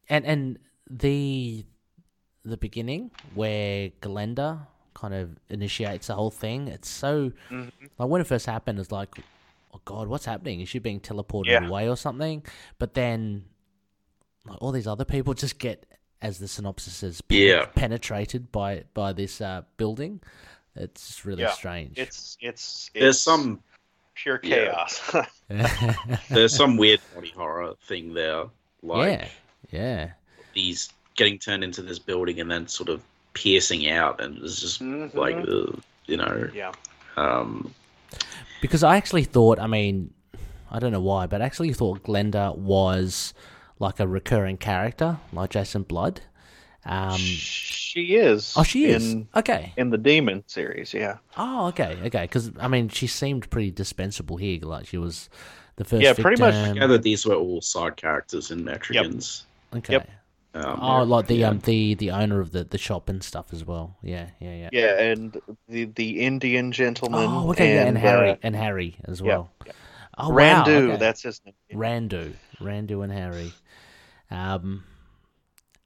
and and the the beginning where Glenda kind of initiates the whole thing. It's so
Mm-hmm.
like when it first happened, it's like, oh god, what's happening? Is she being teleported
Yeah.
away or something? But then, like all these other people just get, as the synopsis says, pen-
Yeah.
penetrated by by this uh, building. It's just really
Yeah.
strange.
it's it's, it's
There's some
pure
yeah.
chaos.
there's some weird body horror thing there, like
yeah, yeah,
these getting turned into this building and then sort of piercing out, and it's just
Mhm.
like uh, you know,
yeah,
um,
because I actually thought, I mean, I don't know why, but I actually thought Glenda was like a recurring character, like Jason Blood. Um,
she is.
oh, she is
in,
okay.
in the Demon series. Yeah,
Oh, okay, okay. Because I mean, she seemed pretty dispensable here. Like she was the first.
Yeah, pretty much
victim.
gather these were all side characters in Metricans.
Okay.
Yep.
Um,
Oh, like the
yeah.
um the the owner of the the shop and stuff as well. Yeah, yeah, yeah.
yeah, and the the Indian gentleman.
Oh, okay, yeah, and Harry
uh,
and Harry as
yeah,
well. Oh, wow,
Randu,
okay.
that's his name.
Randu, Randu and Harry. Um,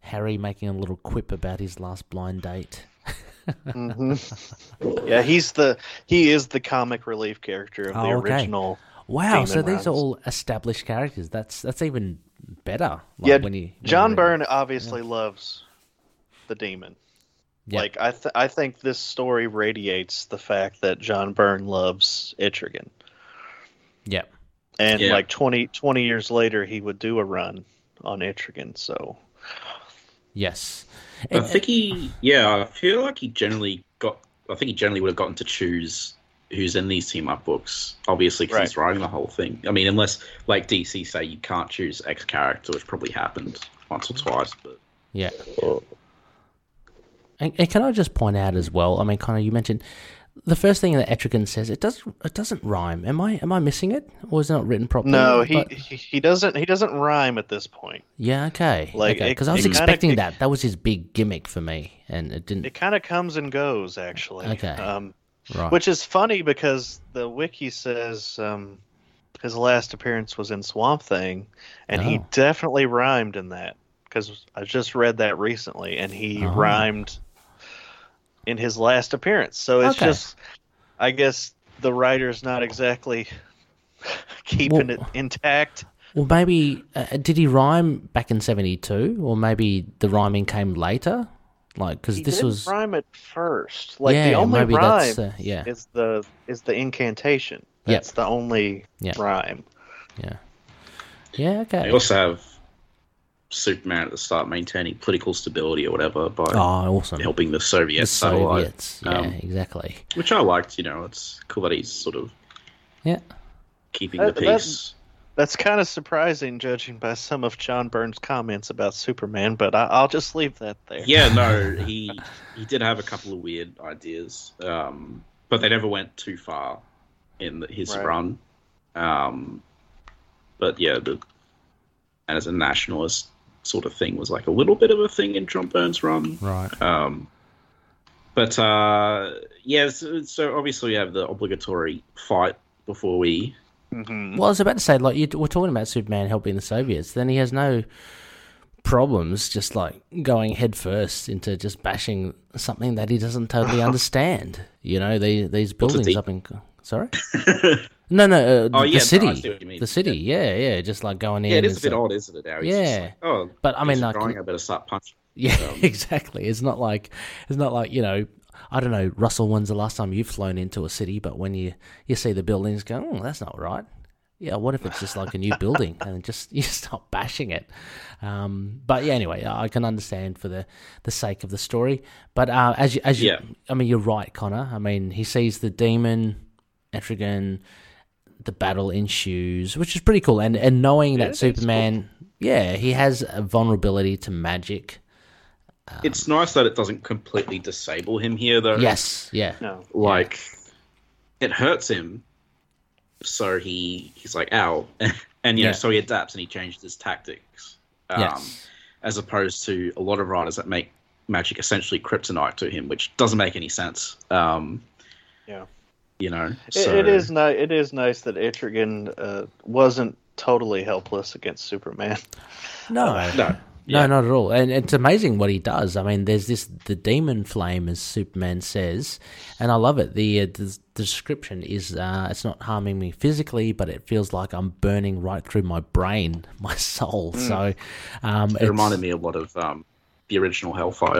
Harry making a little quip about his last blind date.
Mhm. yeah, he's the he is the comic relief character of the
Oh, okay.
original.
Wow,
Demon
so these
runs.
are all established characters. That's that's even better. when
Yeah,
you, when you
John
read-
Byrne obviously loves the demon.
Yeah.
Like I, th- I think this story radiates the fact that John Byrne loves Etrigan,
Yeah,
and
Yeah.
like 20, 20 years later, he would do a run on Etrigan. So
yes.
Uh,
I
And- uh,
think he, yeah, I feel like he generally got. I think he generally would have gotten to choose who's in these team up books, obviously, because he's writing the whole thing. I mean, unless like DC say you can't choose X character, which probably happened once or twice, but
Yeah. And, and can I just point out as well? I mean, Connor, you mentioned the first thing that Etrigan says. It doesn't. It doesn't rhyme. Am I? Am I missing it? Or is it not written properly?
no, he,
But-
he he doesn't he doesn't rhyme at this point.
yeah. Okay.
Like, it-
Because I was
it kinda-
expecting
it-
that. That was his big gimmick for me, and it didn't.
It kind of comes and goes actually.
Okay.
Um,
right.
which is funny because the wiki says um, his last appearance was in Swamp Thing, and he
Oh.
definitely rhymed in that because I just read that recently, and he
Oh.
rhymed in his last appearance. So it's
Okay.
just, I guess the writer's not exactly keeping
Well-
it intact.
well, maybe uh, did he rhyme back in '72, or maybe the rhyming came later? Like, because
He
this
did
was
rhyme at first. Like
yeah,
the only
maybe
rhyme
that's uh, yeah,
is the is the incantation.
Yep.
That's the only
Yep.
rhyme.
yeah, yeah.
they
Okay.
also have Superman at the start maintaining political stability or whatever by
Oh, awesome.
helping the Soviets,
the
satellite,
Soviets. Yeah,
um,
exactly.
which I liked. You know, it's cool that he's sort of
Yeah.
keeping
That-
the
Uh, that-
peace.
That's kind of surprising, judging by some of John Byrne's comments about Superman, but I, I'll just leave that there.
yeah no he he did have a couple of weird ideas um but they never went too far in the, his
Right.
run um but yeah the and as a nationalist sort of thing was like a little bit of a thing in john burns run
Right.
um but uh yeah so, so obviously we have the obligatory fight before we
Mhm.
Well, I was about to say, like, you we're talking about Superman helping the Soviets. Then he has no problems just like going headfirst into just bashing something that he doesn't totally understand. You know, the, these buildings
deep-
up in. Sorry. No, no. Uh,
Oh,
the
yeah, no, I see
city.
what you mean.
The city. Yeah. yeah, Just like going in.
yeah, it is
and
a bit
stuff.
odd, isn't it? Now, He's just
Yeah.
like, oh,
But I mean,
like,
like,
drawing, I better start punching.
yeah,
um,
exactly. It's not like it's not like you know. I don't know, Russell. When's the last time you've flown into a city? But when you you see the buildings, go, oh, that's not right. Yeah, what if it's just like a new building and just you start bashing it? Um, but yeah, anyway, I can understand for the, the sake of the story. But uh, as you, as you,
Yeah.
I mean, you're right, Connor. I mean, he sees the demon, Etrigan, the battle ensues, which is pretty cool. And and knowing that Superman, yeah, he has a vulnerability to magic.
it's nice that it doesn't completely disable him here, though.
Yes, yeah,
No.
like it hurts him so he he's like ow and you
Yeah.
know so he adapts and he changes his tactics um,
yes,
as opposed to a lot of writers that make magic essentially kryptonite to him which doesn't make any sense um
Yeah.
you know
It,
so
it is nice. It is nice that Etrigan uh, wasn't totally helpless against Superman.
no,
no
No,
Yeah.
not at all. And it's amazing what he does. I mean, there's this the demon flame, as Superman says, and I love it. The, uh, the description is uh, it's not harming me physically, but it feels like I'm burning right through my brain, my soul. So, um,
Hmm. it reminded me a lot of um the original hellfire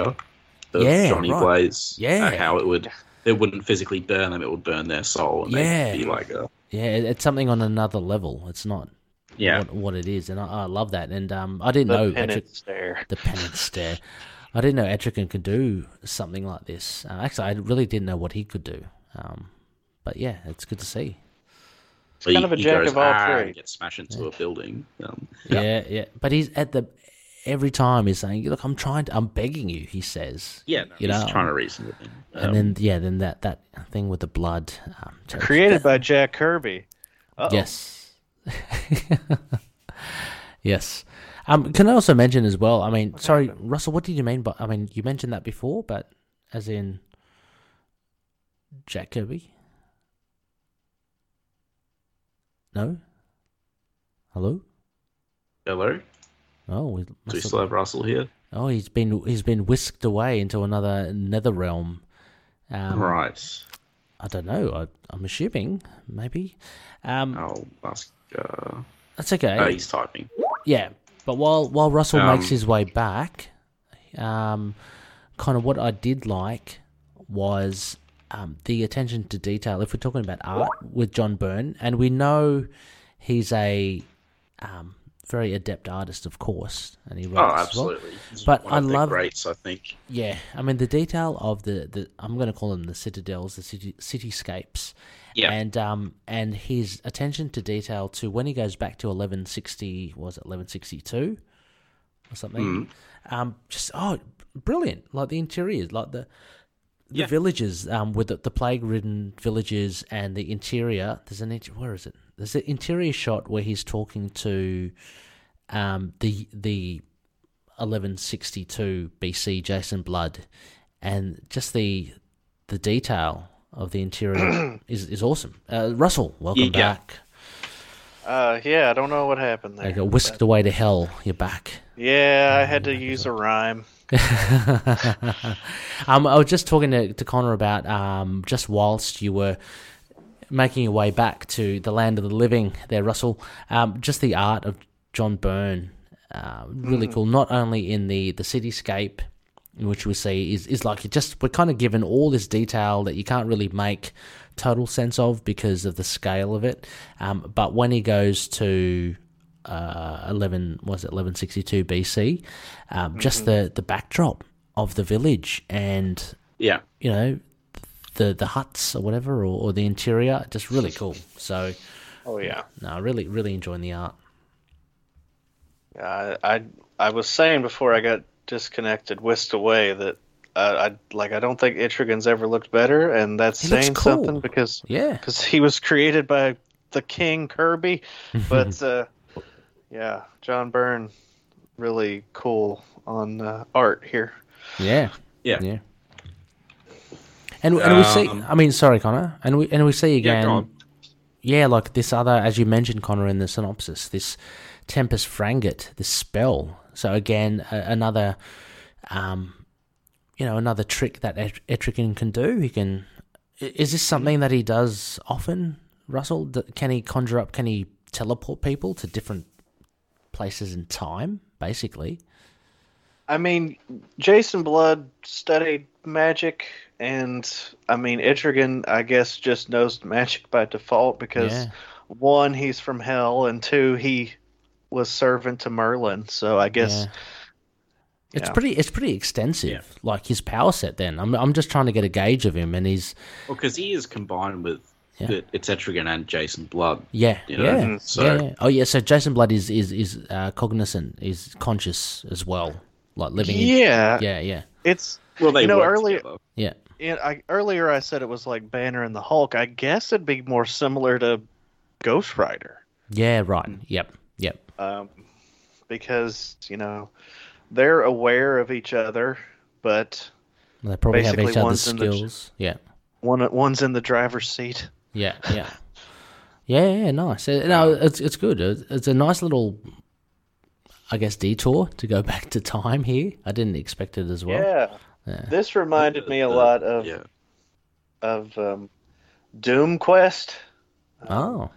of
Yeah,
johnny
right.
blaze
Yeah.
uh, how it would it wouldn't physically burn them it would burn their soul and
Yeah.
they'd be like uh,
Yeah, it- it's something on another level. It's not
yeah
what, what it is, and I, I love that. And um, I didn't
The
know Etric-
penance there.
the penance stare. I didn't know Etrigan could do something like this. Uh, actually, I really didn't know what he could do. Um, but yeah, it's good to see.
But
kind of a jack of all
"Ah," and
trades.
Gets smashed into a building. Um,
Yeah. yeah, But he's at the every time he's saying, "Look, I'm trying. To, I'm begging you," he says.
yeah, no,
You
he's
know.
trying to reason with him. Um,
And then yeah, then that that thing with the blood. Um, so-
Created by Jack Kirby. Uh-oh.
Yes. yes. Um, can I also mention as well? I mean, sorry, Russell. What did you mean by? I mean, you mentioned that before, but as in Jack Kirby. No. Hello.
hello,
Oh, we
do we
must have-
still have Russell here?
Oh, he's been he's been whisked away into another nether realm. Um,
right.
I don't know. I, I'm assuming maybe. Um,
Oh.
I'll ask. Uh,
that's okay.
oh, he's typing.
Yeah, but while while Russell
Um,
makes his way back, um, kind of what I did like was um, the attention to detail. If we're talking about art with John Byrne, and we know he's a um, very adept artist, of course, and he writes
Oh,
as well.
absolutely. He's
But
one of
I
the
love-
greats. I think.
Yeah, I mean the detail of the, the I'm going to call them the citadels, the city, cityscapes,
Yeah.
and um and his attention to detail to when he goes back to 1160 was it 1162 or something,
Hmm.
um just oh brilliant like the interiors like the the
Yeah.
villages um with the, the plague ridden villages and the interior there's an inter- where is it there's an interior shot where he's talking to um the the 1162 BC Jason Blood, and just the the detail of the interior is is awesome. Uh, Russell, welcome
Yeah.
back.
Uh, yeah, I don't know what happened there.
I got whisked away to hell. You're back.
Yeah, I had to use a rhyme.
um, I was just talking to, to Connor about um, just whilst you were making your way back to the land of the living there, Russell, um, just the art of John Byrne. Uh, really cool. Not only in the, the cityscape, which we see is, is like you just we're kind of given all this detail that you can't really make total sense of because of the scale of it. Um, but when he goes to uh, eleven was it eleven sixty two BC, um, just
Mm-hmm.
the the backdrop of the village and
Yeah.
you know the the huts or whatever or, or the interior just really cool. So
Oh yeah.
no, really really enjoying the art.
I Uh, I I was saying before I got disconnected, whisked away that uh, I like I don't think Etrigan's ever looked better, and that's
He looks
saying
cool.
something because
Yeah,
because he was created by the King Kirby, but uh, yeah, John Byrne really cool on uh, art here.
yeah,
Yeah.
yeah. And, and we see.
Um,
I mean, sorry, Connor. And we and we see
Yeah.
again.
go on.
Yeah, like this other, as you mentioned, Connor, in the synopsis, this Tempest Frangit, this spell. So again, a, another, um, you know, another trick that Et- Etrigan can do. He can I- Is this something that he does often, Russell? Th- Can he conjure up? Can he teleport people to different places in time? Basically,
I mean, Jason Blood studied magic, and I mean, Etrigan, I guess, just knows magic by default because
Yeah.
one, he's from hell, and two, he was servant to Merlin. So I guess,
Yeah. It's
Yeah.
pretty. It's pretty extensive.
Yeah.
Like his power set. Then I'm. I'm just trying to get a gauge of him, and he's.
Well, because he is combined with
Yeah.
the, it's Etrigan and Jason Blood.
Yeah.
You know,
yeah.
so-
yeah. yeah. Oh yeah. So Jason Blood is is is uh, cognizant. Is conscious as well. Like living. in-
yeah,
Yeah. Yeah.
it's
Well, they
You know,
work
earlier-
together.
Yeah.
it, I, earlier I said it was like Banner and the Hulk. I guess it'd be more similar to Ghost Rider.
Yeah. Right. Yep. Yep.
um, because you know they're aware of each other, but
They probably have
Basically
each other's
one's in the-
skills. Yeah.
one one's in the driver's seat.
Yeah, yeah, yeah, yeah. Nice. Uh, No, it's it's good. It's it's a nice little, I guess, detour to go back to time here. I didn't expect it as well.
yeah.
Yeah.
this reminded me a
The-
lot of
Yeah.
of um, Doom Quest
Oh,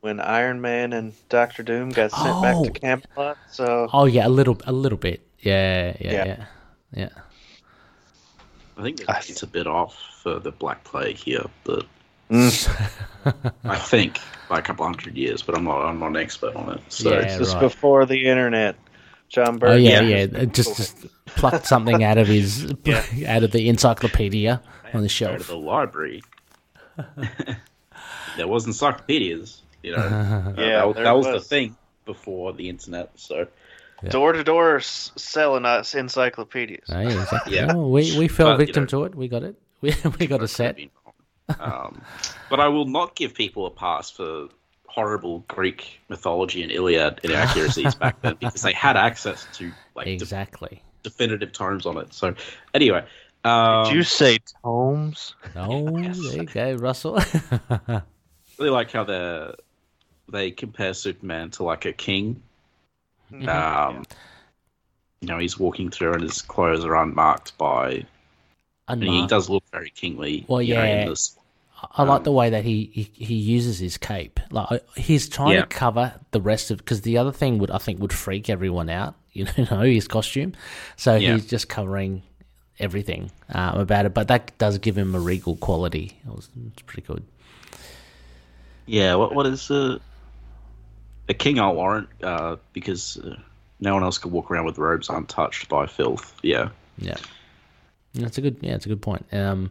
when Iron Man and Doctor Doom got sent
Oh.
back to Camelot. So
oh yeah, a little, a little bit. Yeah, yeah, yeah,
Yeah.
yeah.
I think
I-
it's a bit off for the Black Plague here, but
Mm.
I think by a couple hundred years. But I'm not. I'm not an expert on it. So
Yeah.
this is
right.
before the internet. John Burke.
Oh
Yeah.
yeah, yeah. It Just, just plucked something out of his, out of the encyclopedia on the
go to
shelf.
the library. there was encyclopedias. You know, Uh,
Yeah,
that, was-
there
that was, the
was.
thing before the internet. So
Door to door selling us encyclopedias.
Oh, yeah, exactly.
Yeah.
Oh, we we fell
But, you
victim
know-
to it. We got it. We we got a set.
Um, but I will not give people a pass for horrible Greek mythology and Iliad inaccuracies back then because they had access to like de-
Exactly.
definitive tomes on it. So anyway, um,
Did you say tomes?
No,
Yes.
Oh, there you go, Russell.
really like how they they compare Superman to like a king.
Mm-hmm.
Um, You know, he's walking through and his clothes are unmarked by. And he
Unmarked.
does look very kingly.
Well,
you know, in
yeah.
this-
I like
Um,
the way that he, he he uses his cape. Like I- he's trying
Yeah.
to cover the rest of because the other thing would I think would freak everyone out. You know, his costume. So
Yeah.
he's just covering everything um, about it. But that does give him a regal quality. It was, it's pretty good.
Yeah, what what is the a king? I warrant uh, because uh, no one else could walk around with robes untouched by filth. Yeah,
Yeah, that's a good. Yeah, it's a good point. Um,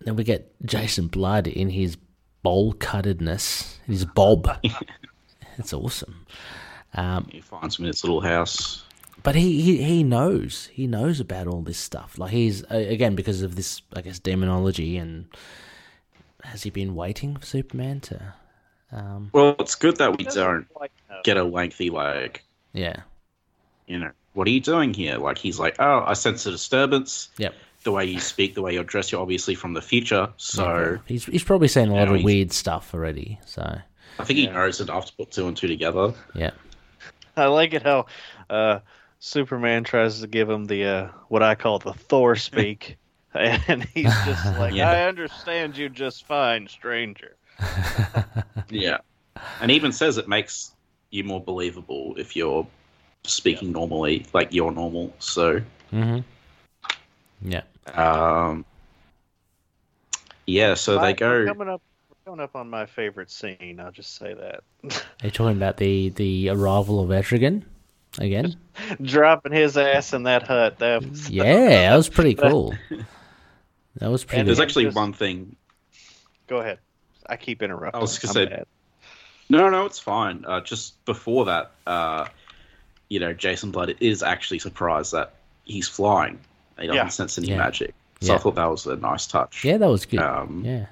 then we get Jason Blood in his bowl cuttedness, his bob. it's awesome. Um,
he finds him in his little house.
but he, he he knows he knows about all this stuff like he's a- again because of this i guess demonology and has he been waiting for superman to um
Well, it's good that we
Doesn't
don't
quite know.
get a lengthy like,
yeah
you know, what are you doing here? Like he's like, oh, I sense a disturbance.
yep
The way you speak, the way you dress, you're obviously from the future. So
he's he's probably seen a lot
Yeah,
of
he's-
weird stuff already so
I think he knows enough to put two and two together.
yeah
I like it how uh, Superman tries to give him the uh, what I call the Thor speak, and he's just like,
Yeah.
"I understand you just fine, stranger."
Yeah, and even says it makes you more believable if you're speaking normally, like you're normal. So.
mm-hmm yeah
Um, yeah, so they
Right, we're
go.
coming up. we're Coming up on my favorite scene. I'll just say that,
are you talking about the the arrival of etrigan again
dropping his ass in that hut. That was-
yeah that was pretty cool that was pretty
There's
Yeah.
actually
Just-
one thing.
Go ahead. I keep interrupting.
I was gonna
I'm
say-
bad.
No, no, it's fine. Uh, just before that, uh, you know, Jason Blood is actually surprised that he's flying. He doesn't
Yeah.
sense any
Yeah.
magic. So
Yeah.
I thought that was a nice touch.
yeah that was good
Um, yeah.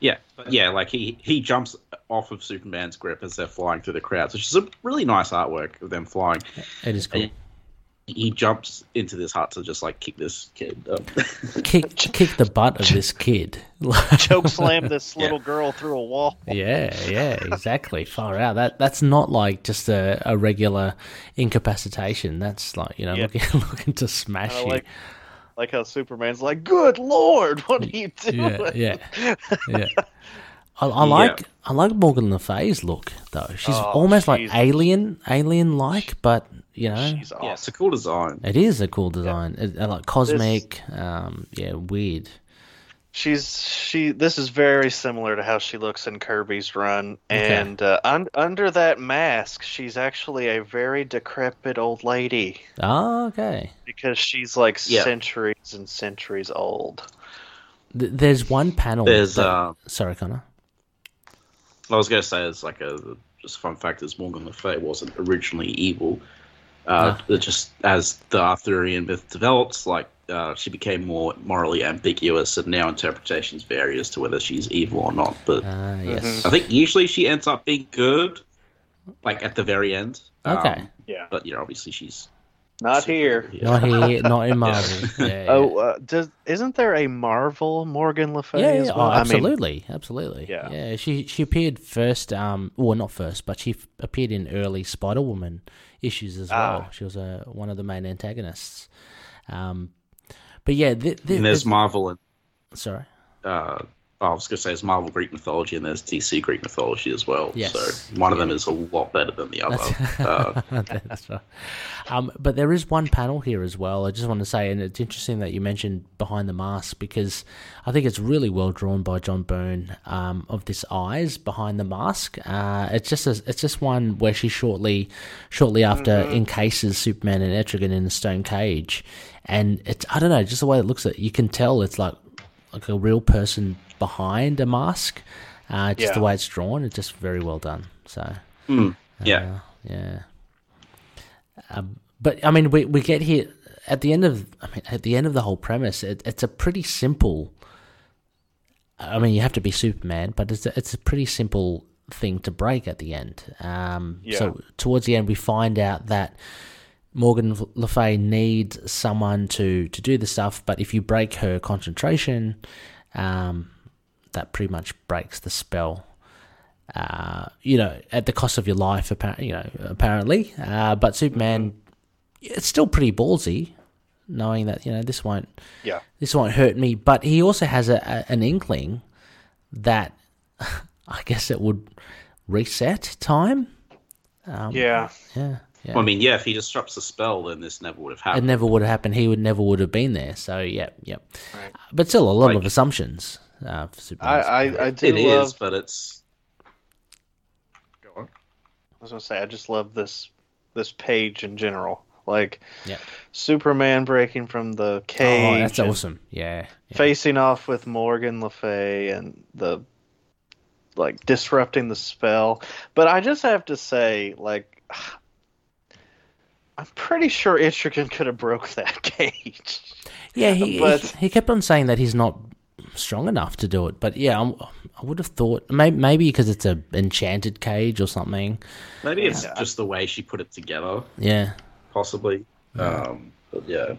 yeah
but yeah, like he he jumps off of Superman's grip as they're flying through the crowds, which is a really nice artwork of them flying.
it is cool
Yeah. He jumps into this hut to just like kick this kid. Up.
kick kick the butt of this kid. Like,
Choke slam this
Yeah.
little girl through a wall.
yeah, yeah, exactly. Far out. That that's not like just a, a regular incapacitation. That's like you know
Yeah.
looking looking to smash
I
you.
like like how Superman's like, "Good Lord, what are you doing?"
yeah, yeah, yeah. I, I like I like Morgan Le Fay's look though. She's
Oh,
almost like
she's-
alien, alien like, but you know,
She's
Yeah,
awesome.
it's a cool design.
it is a cool design. It, uh, like cosmic, um, yeah, weird.
She's she. This is very similar to how she looks in Kirby's Run,
Okay.
and uh, un, under that mask, she's actually a very decrepit old lady
Ah, okay.
because she's like
Yeah.
centuries and centuries old.
Th- there's one panel.
There's
that-
um,
uh,
sorry, Connor.
I was going to say it's like a just a fun fact is Morgan Le Fay wasn't originally evil. Uh, it Just as the Arthurian myth develops, like uh, she became more morally ambiguous, and now interpretations vary as to whether she's evil or not. But
Ah, yes.
Mhm.
I think usually she ends up being good, like at the very end. Um,
Okay.
Yeah.
but you know, obviously she's
Not
super
here.
evil.
Not here, not in Marvel. Yeah, yeah.
Oh, uh, does, isn't there a Marvel Morgan Le Fay
yeah, yeah.
as well?
Oh,
I mean,
absolutely, absolutely.
Yeah.
yeah. She she appeared first. Um, well, not first, but she f- appeared in early Spider Woman issues as
Ah.
well. She was uh, one of the main antagonists. Um, but yeah, th- th-
And there's
there's-
Marvel and
sorry.
uh, I was going to say it's Marvel Greek mythology and there's DC Greek mythology as well.
Yes.
So one of them is a lot better than the
That's,
other. uh,
that's right. Um, but there is one panel here as well. I just want to say, and it's interesting that you mentioned behind the mask because I think it's really well drawn by John Byrne um, of this eyes behind the mask. Uh, it's just a, it's just one where she shortly, shortly after encases Superman and Etrigan in a stone cage, and it's I don't know, just the way it looks at you can tell it's like like a real person behind a mask. Uh, just the
Yeah.
way it's drawn, it's just very well done. So.
yeah.
Yeah. Um, but I mean, we we get here at the end of I mean at the end of the whole premise. It, it's a pretty simple. I mean, you have to be Superman, but it's a, it's a pretty simple thing to break at the end. Um, So towards the end, we find out that Morgan Le Fay needs someone to to do the stuff, but if you break her concentration, um, that pretty much breaks the spell uh, you know, at the cost of your life, apparently, you know, apparently. Uh, but Superman, it's still pretty ballsy, knowing that you know this won't,
Yeah.
this won't hurt me. But he also has a, a an inkling that I guess it would reset time.
Yeah.
Um, Yeah, yeah.
Well, I mean, yeah, if he disrupts the spell, then this never would have
it
happened.
never would have happened. He would never would have been there. So yeah, yeah. But still, a lot of
Like-
assumptions. Uh, for Superman.
I, I, I do
It is,
love.
but it's. Go on.
I was gonna say I just love this this page in general. Like
Yeah.
Superman breaking from the cage,
oh, that's
and
awesome. Yeah, yeah.
facing off with Morgan Le Fay, and the like disrupting the spell. But I just have to say, like, I'm pretty sure Intrigan could have broke that cage.
Yeah, he,
But-
he he kept on saying that he's not strong enough to do it. But yeah, I'm, I would have thought maybe maybe because it's a enchanted cage or something.
Maybe it's just the way she put it together,
Yeah,
possibly. Um, but yeah.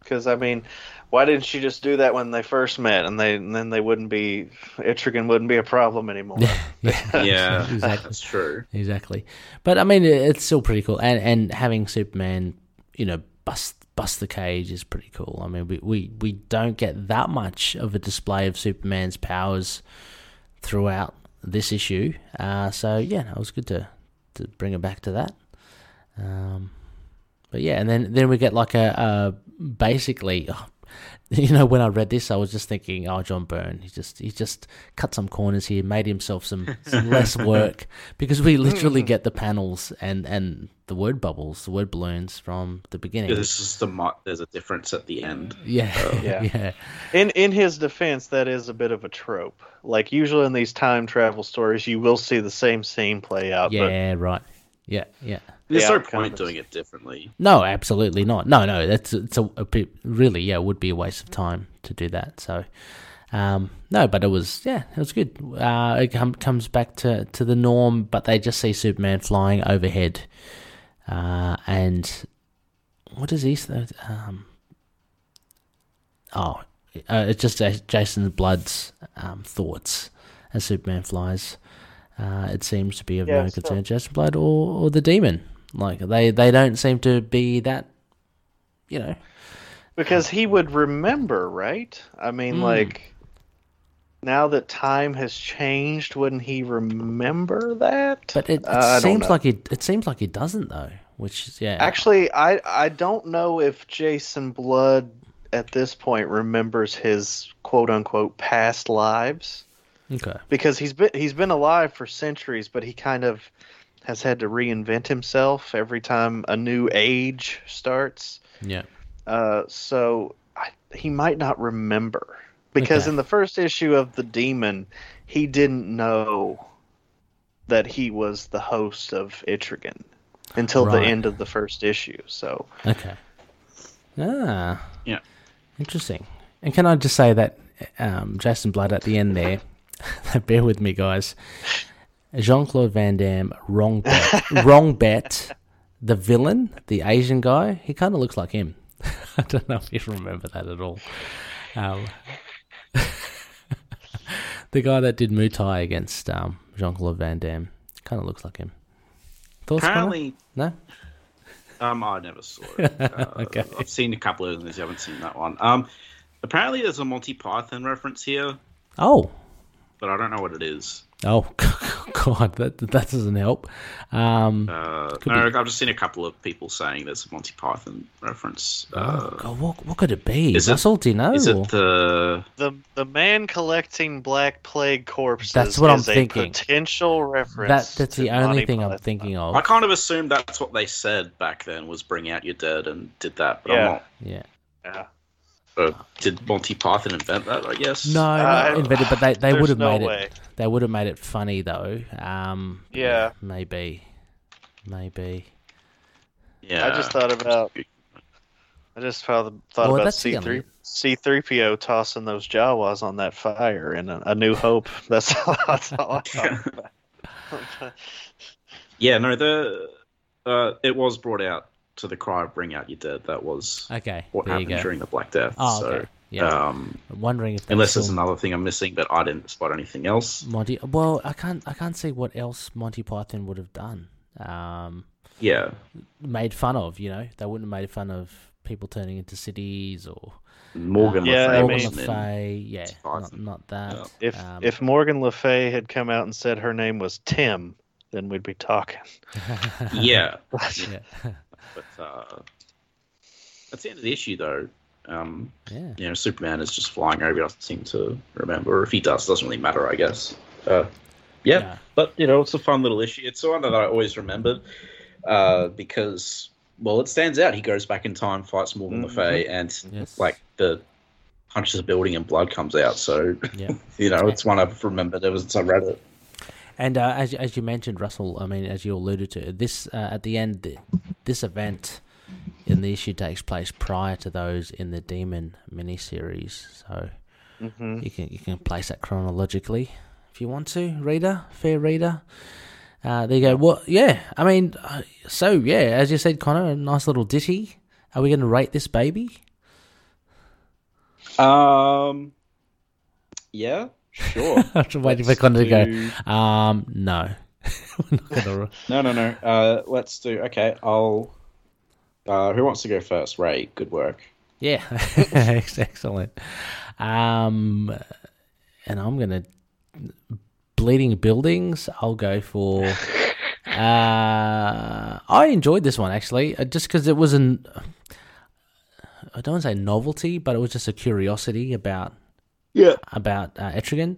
Because I mean, why didn't she just do that when they first met, and they and then they wouldn't be Etrigan wouldn't be a problem anymore.
Yeah.
Exactly.
That's true.
exactly. But I mean, it, it's still pretty cool. And and having Superman, you know, bust bust the cage is pretty cool. I mean, we we, we don't get that much of a display of Superman's powers throughout this issue. Uh, so yeah, no, it was good to to bring it back to that. Um, but yeah, and then then we get like a, a basically. You know, when I read this, I was just thinking, "Oh, John Byrne, he just he just cut some corners here, made himself some, some less work because we
Hmm.
literally get the panels and and the word bubbles, the word balloons from the beginning."
This is the mo- there's a difference at the end.
yeah,
Oh, Yeah.
yeah,
In in his defense, that is a bit of a trope. Like usually in these time travel stories, you will see the same scene play out. But
yeah, right, yeah, yeah.
There's
Yeah,
no
kind
point
of.
doing it differently.
No, absolutely not. No, no, that's it's a, a bit, really yeah, it would be a waste of time to do that. So, um, no, but it was yeah, it was good. Uh, it com- comes back to to the norm, but they just see Superman flying overhead, uh, and what is he? say? Um, oh, uh, it's just Ja- Jason Blood's um, thoughts as Superman flies. Uh, it seems to be of
Yeah,
no
it's
concern to Jason Blood or, or the demon. Like they, they don't seem to be that, you know,
Because he would remember, right? I mean,
Hmm.
like, now that time has changed, wouldn't he remember that?
But it, it
Uh, I don't
seems
know.
like it. It seems like it doesn't though. Which is yeah.
Actually, I I don't know if Jason Blood at this point remembers his quote unquote past lives
okay.
because he's been he's been alive for centuries, but he kind of has had to reinvent himself every time a new age starts.
Yeah.
Uh, so I, he might not remember because
Okay.
in the first issue of the Demon, he didn't know that he was the host of Itrigan until the
Right.
end of the first issue. So.
Okay. Ah.
Yeah.
Interesting. And can I just say that um, Jason Blood at the end there? bear with me, guys. Jean Claude Van Damme, wrong bet. wrong bet. The villain, the Asian guy, he kind of looks like him. I don't know if you remember that at all. Um, the guy that did Muay Thai against um, Jean Claude Van Damme kind of looks like him. Thoughts, Connor?
Apparently,
No?
um, I never saw it. Uh,
Okay.
I've seen a couple of those. I haven't seen that one. Um, apparently, there's a Monty Python reference here,
Oh,
but I don't know what it is.
Oh God, that that doesn't help. Um,
Uh,
Could
no, I've just seen a couple of people saying there's a Monty Python reference. Uh,
oh, God, what what could it be?
is it-
Russell, do you know?
is
or-
it the
The the man collecting black plague corpses.
That's what I'm
is a
thinking.
Potential reference.
that that's
to
the only
Monty
thing I'm
Python.
thinking
I
of.
kind of assumed that's what they said back then was bring out your dead and did that, but
Yeah.
I'm
Yeah,
Yeah.
not. Uh, did Monty Python invent that? I guess.
no, not
Uh,
I-
invented, but they, they
There's
would have
no
made
way.
it. They would have made it funny though. Um,
Yeah.
maybe, maybe.
Yeah.
I just thought about. I just thought, thought
Well,
about
that's the
C three
only-
C three PO tossing those Jawas on that fire in a, a New Hope. That's all, that's all I thought about.
Yeah. No. The uh, it was brought out to the cry of "Bring out your dead." That was
Okay,
what
Ah, there you
happened
go.
during the Black Death.
oh,
so,
okay. Yeah,
um,
I'm wondering if they
unless
still...
there's another thing I'm missing, but I didn't spot anything else.
Monty. Well, I can't I can't see what else Monty Python would have done. Um,
Yeah.
made fun of. You know, they wouldn't have made fun of people turning into cities or
Morgan. Le
Yeah, I
Fay
mean-
Morgan
wasn't
Le
in-
Fay, yeah, not,
Python.
not that.
Yeah.
If
um,
if Morgan Le Fay had come out and said her name was Tim, then we'd be talking.
Yeah.
yeah,
But uh, that's the end of the issue, though. Um,
yeah,
you know, Superman is just flying over. I seem to remember. If he does, it doesn't really matter, I guess. Uh, yeah,
Yeah.
but you know, it's a fun little issue. It's one that I always remembered uh, because, well, it stands out. He goes back in time, fights Morgan Le Fay, and
Yes.
like the punches a building and blood comes out. So
yeah.
you know, it's one I've remembered ever since I read it.
And uh, as as you mentioned, Russell, I mean, as you alluded to, this uh, at the end, th- this event in the issue takes place prior to those in the Demon miniseries, so
hmm
you can you can place that chronologically if you want to, reader, fair reader. Uh, there you go. Well, yeah, I mean, uh, so yeah, as you said, Connor, a nice little ditty. Are we going to rate this baby?
Um, yeah, sure.
I'm waiting for
Let's
Connor to go.
do-
Um, no. We're not gonna-
No, no, no. Uh, let's do. Okay, I'll. Uh, who wants to go first? Ray, good work.
yeah, Ex- excellent. Um, and I'm gonna bleeding buildings. I'll go for. Uh, I enjoyed this one actually, uh, just because it was an. I don't want to say novelty, but it was just a curiosity about
Yeah.
about uh, Etrigan.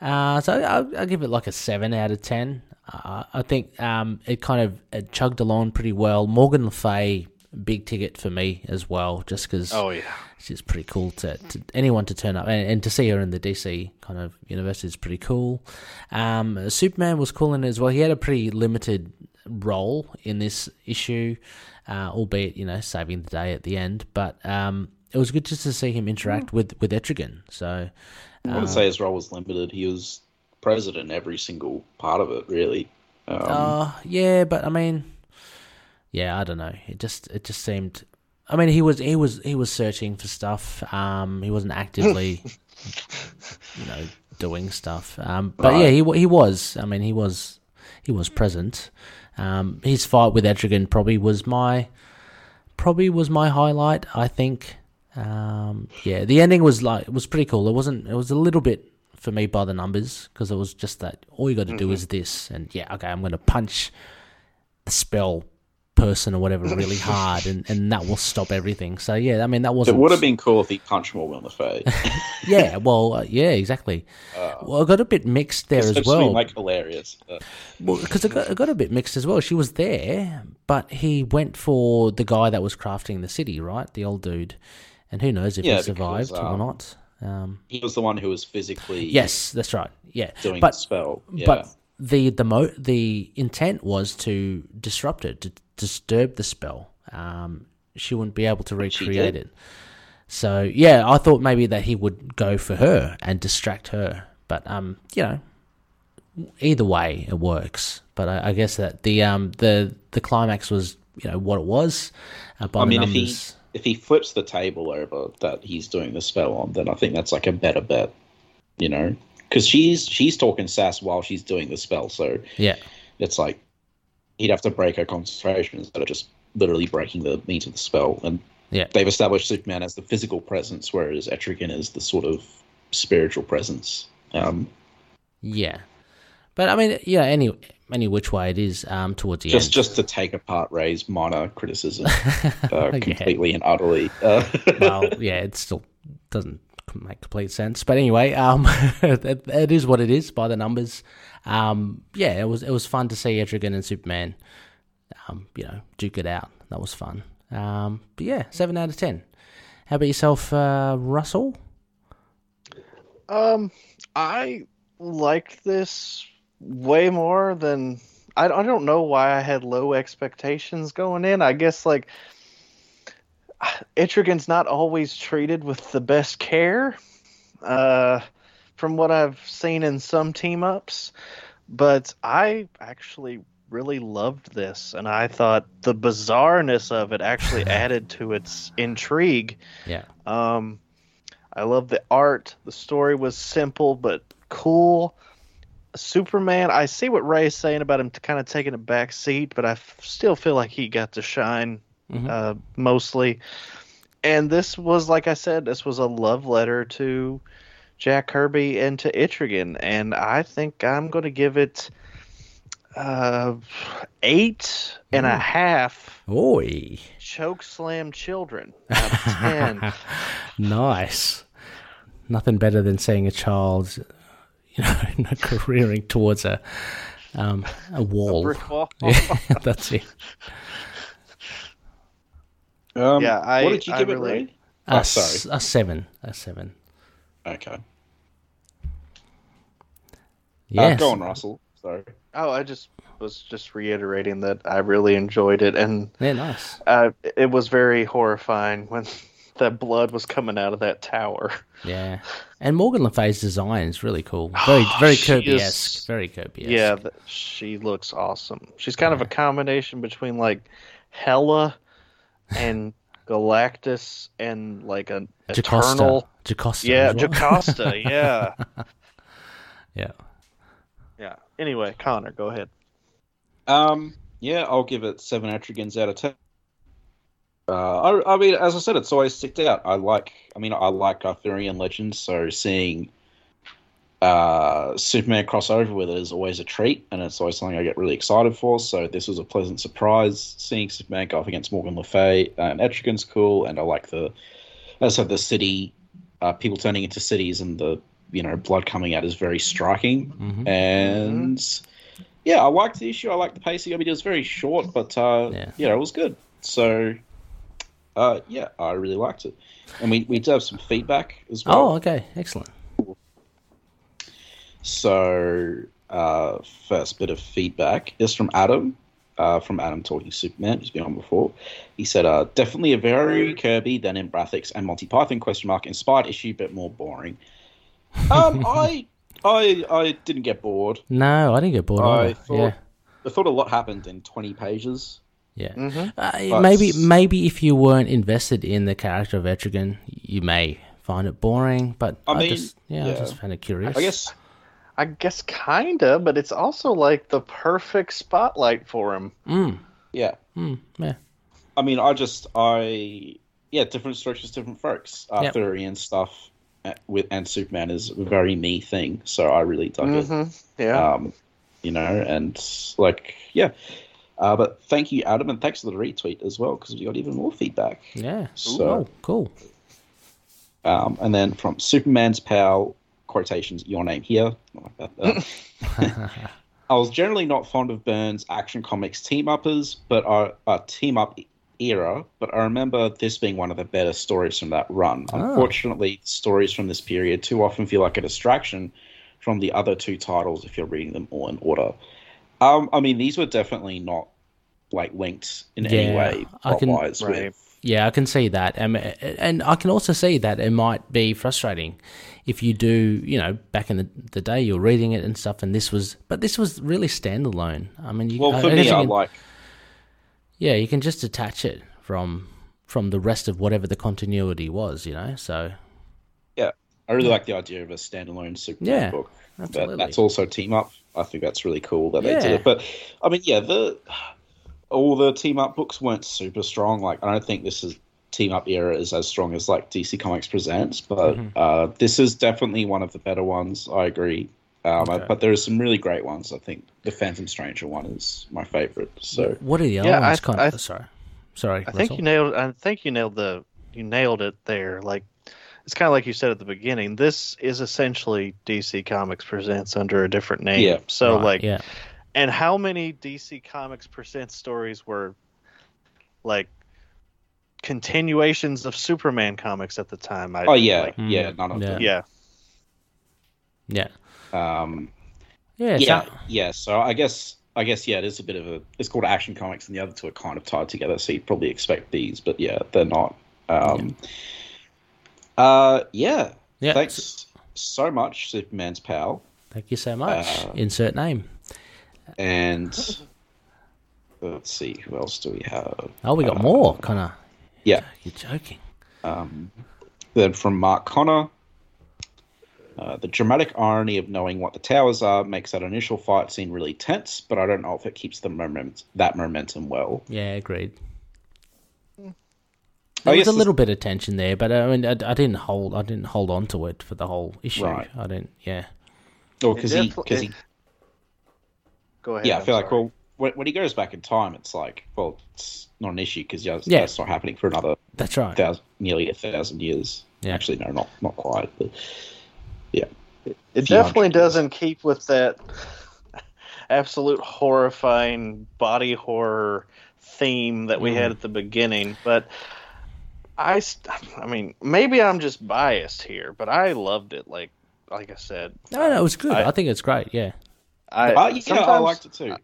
Uh, so I'll, I'll give it like a seven out of ten. Uh, I think um, it kind of it chugged along pretty well. Morgan Le Fay, big ticket for me as well, just because
Oh yeah.
she's pretty cool to, to anyone to turn up and, and to see her in the DC kind of universe is pretty cool. Um, Superman was cool in it as well. He had a pretty limited role in this issue, uh, albeit you know saving the day at the end. But um, it was good just to see him interact with with Etrigan. So
I
Uh.
wouldn't say his role was limited. He was president every single part of it, really. Um,
Uh, yeah, but I mean, yeah, I don't know. It just it just seemed. I mean, he was he was he was searching for stuff. Um, he wasn't actively, you know, doing stuff. Um, but yeah, he wa- he was. I mean, he was he was present. Um, his fight with Etrigan probably was my probably was my highlight. I think. Um, yeah, the ending was like it was pretty cool. It wasn't. It was a little bit for me by the numbers because it was just that all you got to do is
Mm-hmm.
this, and yeah, okay, I'm going to punch the spell person or whatever really hard, and, and that will stop everything. So yeah, I mean that
It
wasn't.
would have been cool if he punched Morgan in the face.
Yeah, well, uh, yeah, exactly. well, it got a bit mixed there as
Oh. It's
well.
been like hilarious. Uh,
because it got, it got a bit mixed as well. She was there, but he went for the guy that was crafting the city, right? The old dude, and who knows if
Yeah,
he
because,
survived or
um,
not. Um,
he was the one who was physically
yes, that's right. Yeah,
doing
but
the spell. Yeah.
but the the mo- the intent was to disrupt it, to disturb the spell. Um, she wouldn't be able to
she
recreate
did.
it. So yeah, I thought maybe that he would go for her and distract her, but um, you know, either way it works. But I, I guess that the um the the climax was you know what it was. Uh, by
I
the
mean, if he
numbers.
if he flips the table over that he's doing the spell on, then I think that's like a better bet, you know, because she's she's talking sass while she's doing the spell, so
yeah,
it's like he'd have to break her concentration instead of just literally breaking the meat of the spell. And
Yeah.
they've established Superman as the physical presence, whereas Etrigan is the sort of spiritual presence. Um,
yeah. But I mean, yeah. Any any which way it is, um, towards the
just
end.
just to take apart Ray's minor criticism uh,
Yeah.
completely and utterly. Uh,
well, yeah, it still doesn't make complete sense. But anyway, um, it, it is what it is by the numbers. Um, yeah, it was it was fun to see Etrigan and Superman, um, you know, duke it out. That was fun. Um, but yeah, seven out of ten. How about yourself, uh, Russell?
Um, I liked this way more than I, I don't know why I had low expectations going in. I guess like Etrigan's not always treated with the best care, uh, from what I've seen in some team ups, but I actually really loved this, and I thought the bizarreness of it actually added to its intrigue.
Yeah,
Um, I love the art. The story was simple but cool. Superman, I see what Ray is saying about him kind of taking a back seat, but I f- still feel like he got to shine
Mhm.
uh, mostly. And this was, like I said, this was a love letter to Jack Kirby and to Itrigan, and I think I'm going to give it uh, eight and a half
oi,
choke slam children out of ten.
nice. Nothing better than seeing a child, you know, careering towards a um, a wall.
brick wall.
Yeah, that's it.
um,
Yeah, I-
what did you
I
give
really-
it, Ray?
A,
Oh, sorry.
s- a seven. A seven.
Okay. Uh,
Yes.
Uh, go on, Russell. Sorry.
Oh, I just was just reiterating that I really enjoyed it, and
Yeah, nice.
uh, it was very horrifying when that blood was coming out of that tower.
Yeah. And Morgan Le Fay's design is really cool. Very,
Ah,
very
she
Kirby
is-
esque. Very Kirby esque.
Yeah, th- she looks awesome. She's kind of a combination between like Hella and Galactus and like an
Jacosta.
eternal.
Jacosta.
Yeah,
as well.
Jacosta. Yeah,
yeah.
yeah. Anyway, Connor, go ahead.
Um, yeah, I'll give it seven Etrigans out of ten. Uh, I, I mean, as I said, it's always sticked out. I like, I mean, I like Arthurian legends, so seeing uh, Superman cross over with it is always a treat, and it's always something I get really excited for. So this was a pleasant surprise seeing Superman go off against Morgan Le Fay. Um, Etrigan's cool, and I like the, as I said, the city, uh, people turning into cities, and the you know blood coming out is very striking
hmm
and yeah, I liked the issue. I liked the pacing. I mean, it was very short, but uh,
Yeah.
you know, it was good. So, uh, yeah, I really liked it. And we we did have some feedback as well.
Oh, okay. Excellent.
So, uh, first bit of feedback is from Adam, uh, from Adam Talking Superman, who's been on before. He said, uh, definitely a very Kirby, then in Brathix and Monty Python question mark inspired issue, but more boring. Um, I, I, I didn't get bored.
No, I didn't get bored.
I
Oh,
either.
thought I thought a lot happened in twenty pages.
Yeah. Yeah.
Mhm.
Uh,
Mm-hmm. But-
maybe, maybe if you weren't invested in the character of Etrigan, you may find it boring. But I,
I mean,
just, yeah, I
yeah.
just found it curious.
I guess
I guess kinda, but it's also like the perfect spotlight for him.
Mm,
yeah.
mm, yeah.
I mean I just I yeah, different structures, different folks.
Yep.
Arthurian stuff uh, with and Superman is a very me thing, so I really dug it.
Mm-hmm. Yeah.
um, you know, and like, yeah. Uh, but thank you, Adam, and thanks for the retweet as well because we got even more feedback.
Yeah.
So-
oh, cool.
Um, and then from Superman's pal quotations, your name here. Not like that. Uh, I was generally not fond of Burns' action comics team uppers, but our, our team up era. But I remember this being one of the better stories from that run.
Ah.
Unfortunately, stories from this period too often feel like a distraction from the other two titles if you're reading them all in order. Um, I mean, these were definitely not like linked in
Yeah,
any way
I can-
plot-wise with
Right.
Yeah, I can see that, um, and I can also see that it might be frustrating if you do, you know, back in the, the day you're reading it and stuff, and this was, but this was really standalone. I mean, you,
Well, for
don't
me,
think
I
it-
like
yeah, you can just detach it from from the rest of whatever the continuity was, you know. So
Yeah, I really like the idea of a standalone Superman
Yeah,
book.
absolutely.
That, that's also team up. I think that's really cool that they did
Yeah.
it. But I mean, yeah, the all the team up books weren't super strong. Like I don't think this is team up era is as strong as like DC Comics presents, but
Mm-hmm.
uh, this is definitely one of the better ones. I agree. Um,
Okay.
But there are some really great ones. I think the Phantom Stranger one is my favorite. So
what are the other
Yeah, I-
ones? kind
I-
of, sorry, sorry.
I think you nailed. I think you nailed the. You nailed it there. Like, it's kind of like you said at the beginning. This is essentially DC Comics presents under a different name.
Yeah.
So
Right,
like,
yeah,
and how many DC Comics presents stories were like continuations of Superman comics at the time? I,
oh yeah,
like,
yeah, none of
mm. Yeah.
them.
yeah,
yeah.
Um,
yeah,
yeah,
so-
yeah. So I guess I guess yeah, it is a bit of a. It's called Action Comics, and the other two are kind of tied together. So you'd probably expect these, but yeah, they're not. Um, Uh, yeah.
Yeah,
Thanks so much, Superman's pal,
Thank you so much.
Uh,
Insert name.
and let's see who else do we have.
Oh, we got more, Connor.
Yeah.
You're joking.
Um, then from Mark Connor. Uh, the dramatic irony of knowing what the towers are makes that initial fight scene really tense, but I don't know if it keeps the moment that momentum well.
Yeah, agreed.
I
There was
guess
a
this-
little bit of tension there, but uh, I mean, I, I didn't hold, I didn't hold on to it for the whole issue.
Right.
I didn't. Yeah,
Or
It
because he,
definitely-
because he,
Go ahead.
yeah, I
I'm
feel like
sorry.
well, when, when he goes back in time, it's like, well, it's not an issue because yeah,
Yeah.
that's not happening for another
that's right.
thousand, nearly a thousand years.
Yeah.
Actually, no, not not quite, but
It
few
definitely
hundred
doesn't keep with that absolute horrifying body horror theme that we
Mm-hmm.
had at the beginning. But I, st- I mean, maybe I'm just biased here, but I loved it. Like, like I said,
No, no, it was good. I,
I-
think it's great. Yeah,
I
Uh,
Ah, yeah, I
sometimes
liked it too.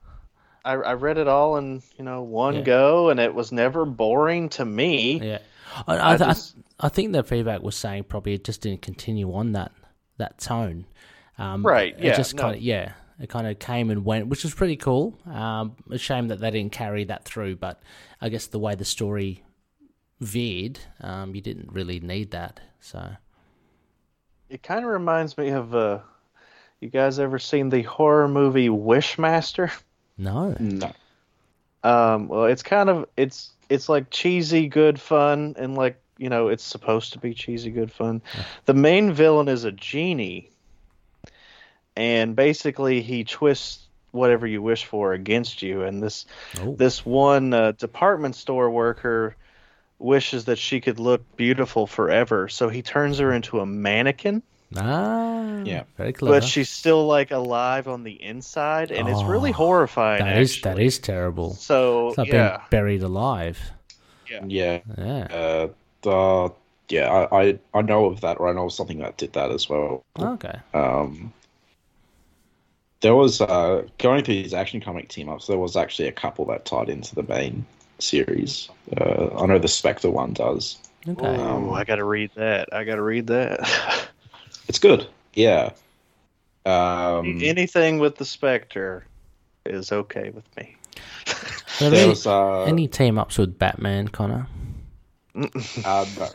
I, I read it all in you know one
Yeah.
go, and it was never boring to me.
yeah. I, I, I,
I just-
I think the feedback was saying probably it just didn't continue on that that tone. Um,
Right,
It
yeah,
just
no.
kind of yeah. It kind of came and went, which was pretty cool. Um, a shame that they didn't carry that through, but I guess the way the story veered, um, you didn't really need that. So
It kind of reminds me of uh, you guys ever seen the horror movie Wishmaster?
no,
No,
Um, well, it's kind of it's it's like cheesy good fun, and like you know, it's supposed to be cheesy good fun. The main villain is a genie, and basically he twists whatever you wish for against you. And this
Oh.
this one uh, department store worker wishes that she could look beautiful forever, so he turns her into a mannequin,
Ah,
Yeah.
very clever.
but she's still like alive on the inside, and it's really
Oh,
horrifying.
that is that
actually.
is terrible.
So
It's like
yeah.
being buried alive.
yeah,
Yeah.
uh, uh, yeah, I, I I know of that, or I know of something that did that as well.
Okay.
Um, there was uh, going through these action comic team ups. There was actually a couple that tied into the main series. Uh, I know the Spectre one does.
Okay.
Oh, I gotta read that. I gotta read that.
It's good. Yeah.
Hmm.
Um,
Anything with the Spectre is okay with me.
So
there
any,
was uh,
any team ups with Batman, Connor?
uh, no.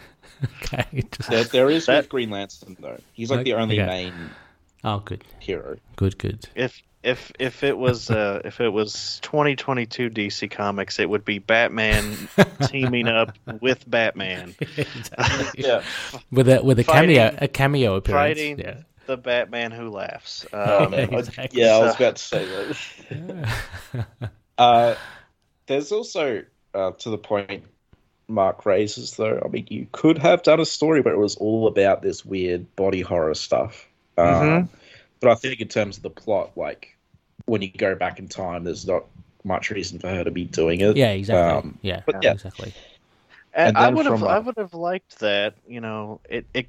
Okay. Just,
there, there is
That-
with Green Lantern though. He's like the
Okay.
only
Okay.
main
oh, good,
hero.
good, good.
If If if it was uh, if it was 2022 DC Comics, it would be Batman teaming up with Batman,
Exactly.
Yeah.
with a with a cameo
Fighting-
a cameo appearance.
fighting
Yeah.
the Batman who laughs. Um,
Yeah,
I-
exactly.
yeah, I was about to say that. uh, there's also uh, to the point Mark raises, though. I mean, you could have done a story where it was all about this weird body horror stuff. Um,
Mm-hmm.
Mhm.
But I think in terms of the plot, like when you go back in time, there's not much reason for her to be doing it.
Yeah, exactly.
Um,
yeah,
but yeah.
exactly.
And,
And
I
then
would have
from uh, a-
I would have liked that. You know, it it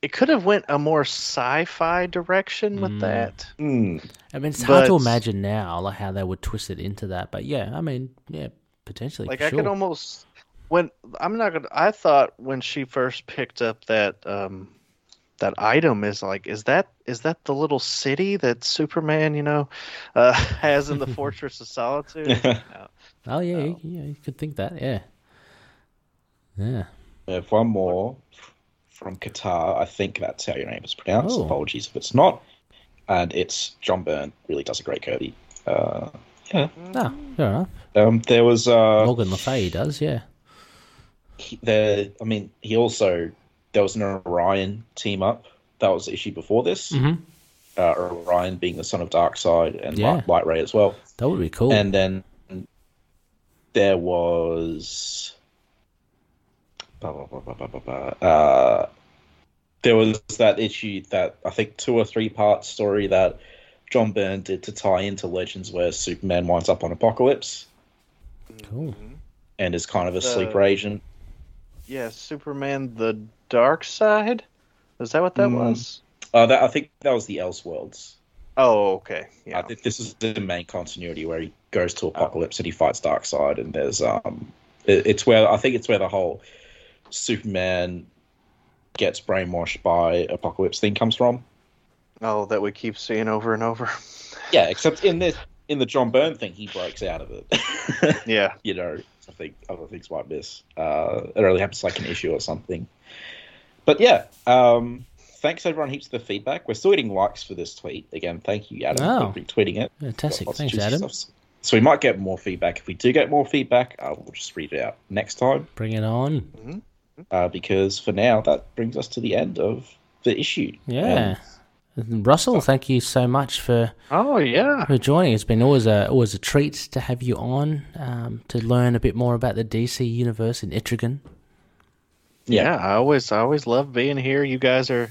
it could have went a more sci-fi direction with
Mm.
that.
Hmm.
I mean, it's hard to
But-
imagine now like how they would twist it into that. But yeah, I mean, yeah, potentially.
Like
for
I
sure.
could almost when I'm not gonna. I thought when she first picked up that um that item is like is that is that the little city that Superman you know uh, has in the Fortress of Solitude? No.
Oh yeah,
No.
you, yeah, you could think that. Yeah, yeah.
We have one more from Qatar. I think that's how your name is pronounced.
Oh.
Apologies if it's not. And it's John Byrne. Really does a great Kirby. Uh,
No, Ah, fair enough.
um, there was uh,
Morgan Le Fay does. Yeah.
he- there. I mean, he also there was an Orion team up. That was the issue before this.
Mhm.
Uh, Orion being the son of Darkseid and
Yeah.
Light, Light Ray as well.
That would be cool.
And then there was. Blah, blah, blah, blah, blah, blah, blah. Uh, there was that issue that I think two or three part story that John Byrne did to tie into Legends where Superman winds up on Apocalypse
cool.
and is kind of a sleeper
The-
agent.
Yeah, Superman the Dark Side. Is that what that
Mm.
was?
Uh, that, I think that was the Elseworlds.
Oh, okay. Yeah.
I think this is the main continuity where he goes to Apocalypse and he fights Darkseid, and there's um, it, it's where I think it's where the whole Superman gets brainwashed by Apocalypse thing comes from.
Oh, that we keep seeing over and over.
Yeah, except in this in the John Byrne thing, he breaks out of it.
yeah.
you know, I think other things like this. Uh, it only happens like an issue or something. But yeah, um, thanks everyone heaps for the feedback. We're still getting likes for this tweet again. Thank you, Adam,
Wow.
for retweeting it.
Fantastic.
Lots of
Thanks,
juicy
Adam.
stuff. So we might get more feedback. If we do get more feedback, I will just read it out next time.
Bring it on.
Mm-hmm.
Uh, because for now, that brings us to the end of the issue. Um,
Yeah. And Russell, thank you so much for,
Oh, yeah.
for joining. It's been always a always a treat to have you on um, to learn a bit more about the DC universe in Etrigan.
Yeah.
yeah. I always, I always love being here. You guys are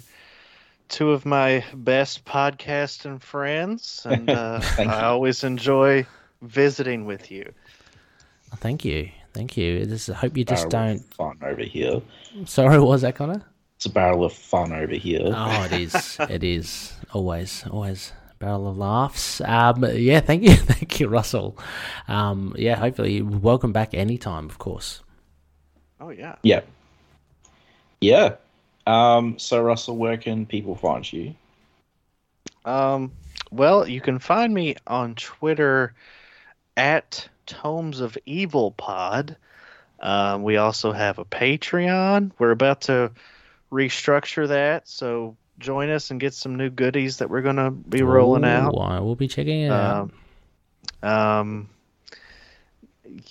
two of my best podcasting friends, and uh, I
Thank you.
always enjoy visiting with you.
Thank you, thank you. It is- I hope you
Barrel
just don't.
of fun over here.
Sorry, what was that Connor?
It's a barrel of fun over here.
Oh, it is. it is always, always a barrel of laughs. Um, yeah, thank you, thank you, Russell. Um, yeah, hopefully, you're welcome back anytime, of course.
Oh, yeah.
Yeah. Yeah. Um, so Russell, where can people find you?
Um, well, you can find me on Twitter at Tomes of Evil Pod. Um, we also have a Patreon. We're about to restructure that, so join us and get some new goodies that we're going to be rolling
Ooh,
out.
I will be checking it out.
Um, um,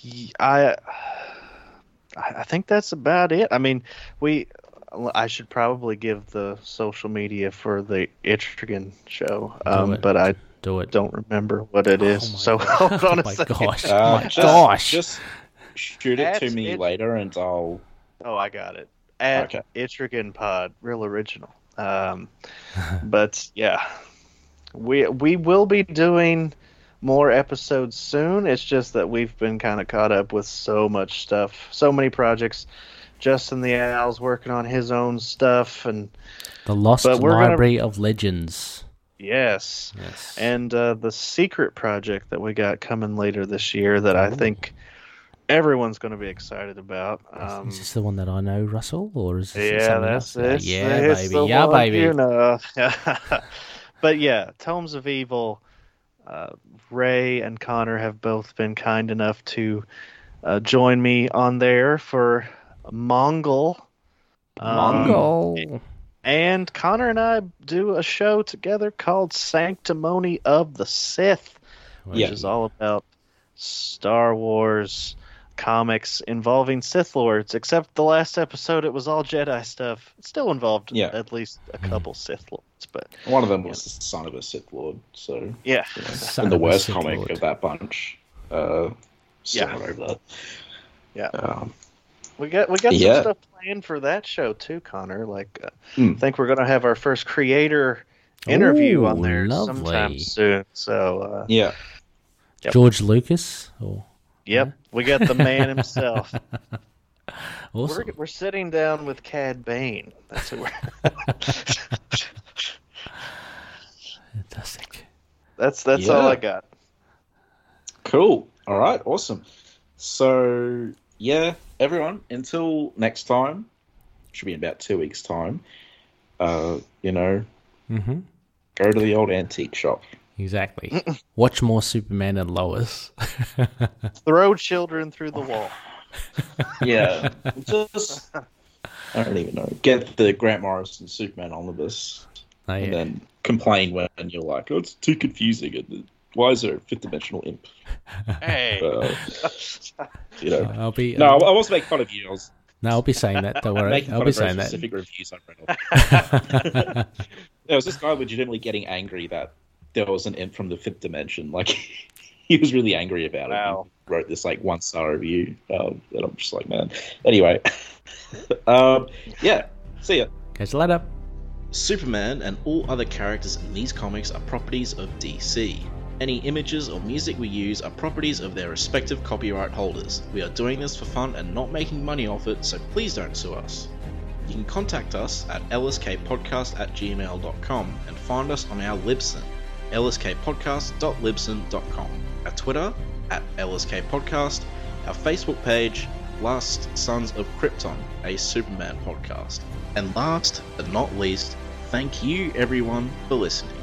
y- I, I think that's about it. I mean, we. I should probably give the social media for the Itrigan show, um,
it.
but I
Do it.
don't remember what it is.
my
so
God.
hold on
oh
a
my
second.
gosh!
Uh,
my
just-
gosh!
Just shoot it to
That's
me
it.
later and I'll
Oh, I got it. At
Okay.
Itrigan Pod, real original. Um, but yeah, we we will be doing more episodes soon. It's just that we've been kind of caught up with so much stuff, so many projects. Justin the Owl's working on his own stuff, and
the Lost
but we're gonna-
Library of Legends.
yes,
Yes.
and uh, the secret project that we got coming later this year that I think everyone's going to be excited about. Um,
is this the one that I know, Russell, or is this
Yeah,
something else?
that's
Uh,
it.
Yeah,
It's
baby.
the
yeah,
one,
baby.
You know. but yeah, Tomes of Evil. Uh, Ray and Connor have both been kind enough to uh, join me on there for Mongol. Um,
Mongol.
And Connor and I do a show together called Sanctimony of the Sith, which
Yeah.
is all about Star Wars comics involving Sith Lords, except the last episode it was all Jedi stuff. It still involved
Yeah. Mm-hmm.
at least a couple Sith Lords, but
One of them was the son of a Sith Lord, so
yeah.
Son
and the
of a
worst
Sith
comic
Lord.
of that bunch. Uh, still
Yeah.
not over that.
Yeah.
Um,
We got we got
Yeah.
some stuff planned for that show too, Connor. Like, uh,
Hmm.
I think we're gonna have our first creator interview
Ooh,
on there
lovely.
sometime soon. So, uh,
yeah.
Yep.
George Lucas. Oh, Or
yep, we got the man himself.
awesome.
We're we're sitting down with Cad Bane. That's who we're.
Fantastic.
That's that's all
Yeah.
I got.
Cool. All right. Awesome. So, yeah, everyone, until next time, should be in about two weeks' time, uh, you know,
Mm-hmm.
go to the old antique shop.
Exactly. Watch more Superman and Lois.
Throw children through the wall.
Yeah. Just, I don't even know. Get the Grant Morrison Superman omnibus
Oh,
and
yeah.
then complain when you're like, oh, it's too confusing. And why is there a fifth dimensional imp?
Hey.
Uh, you know.
I'll be
No, I wasn't making fun of you. I was
no, I'll be saying that. Don't worry,
making
I'll
fun
be
of very
saying that.
specific reviews I read. of There was this guy legitimately getting angry that there was an imp from the fifth dimension. Like he was really angry about it.
Wow.
He wrote this like one star review, um, and I'm just like, man. Anyway, um, yeah. See ya.
Catch you later.
Superman and all other characters in these comics are properties of DC. Any images or music we use are properties of their respective copyright holders. We are doing this for fun and not making money off it, so please don't sue us. You can contact us at lskpodcast at gmail.com and find us on our Libsyn, lskpodcast.libsyn.com, our Twitter at lskpodcast, our Facebook page, Last Sons of Krypton, a Superman podcast. And last but not least, thank you everyone for listening.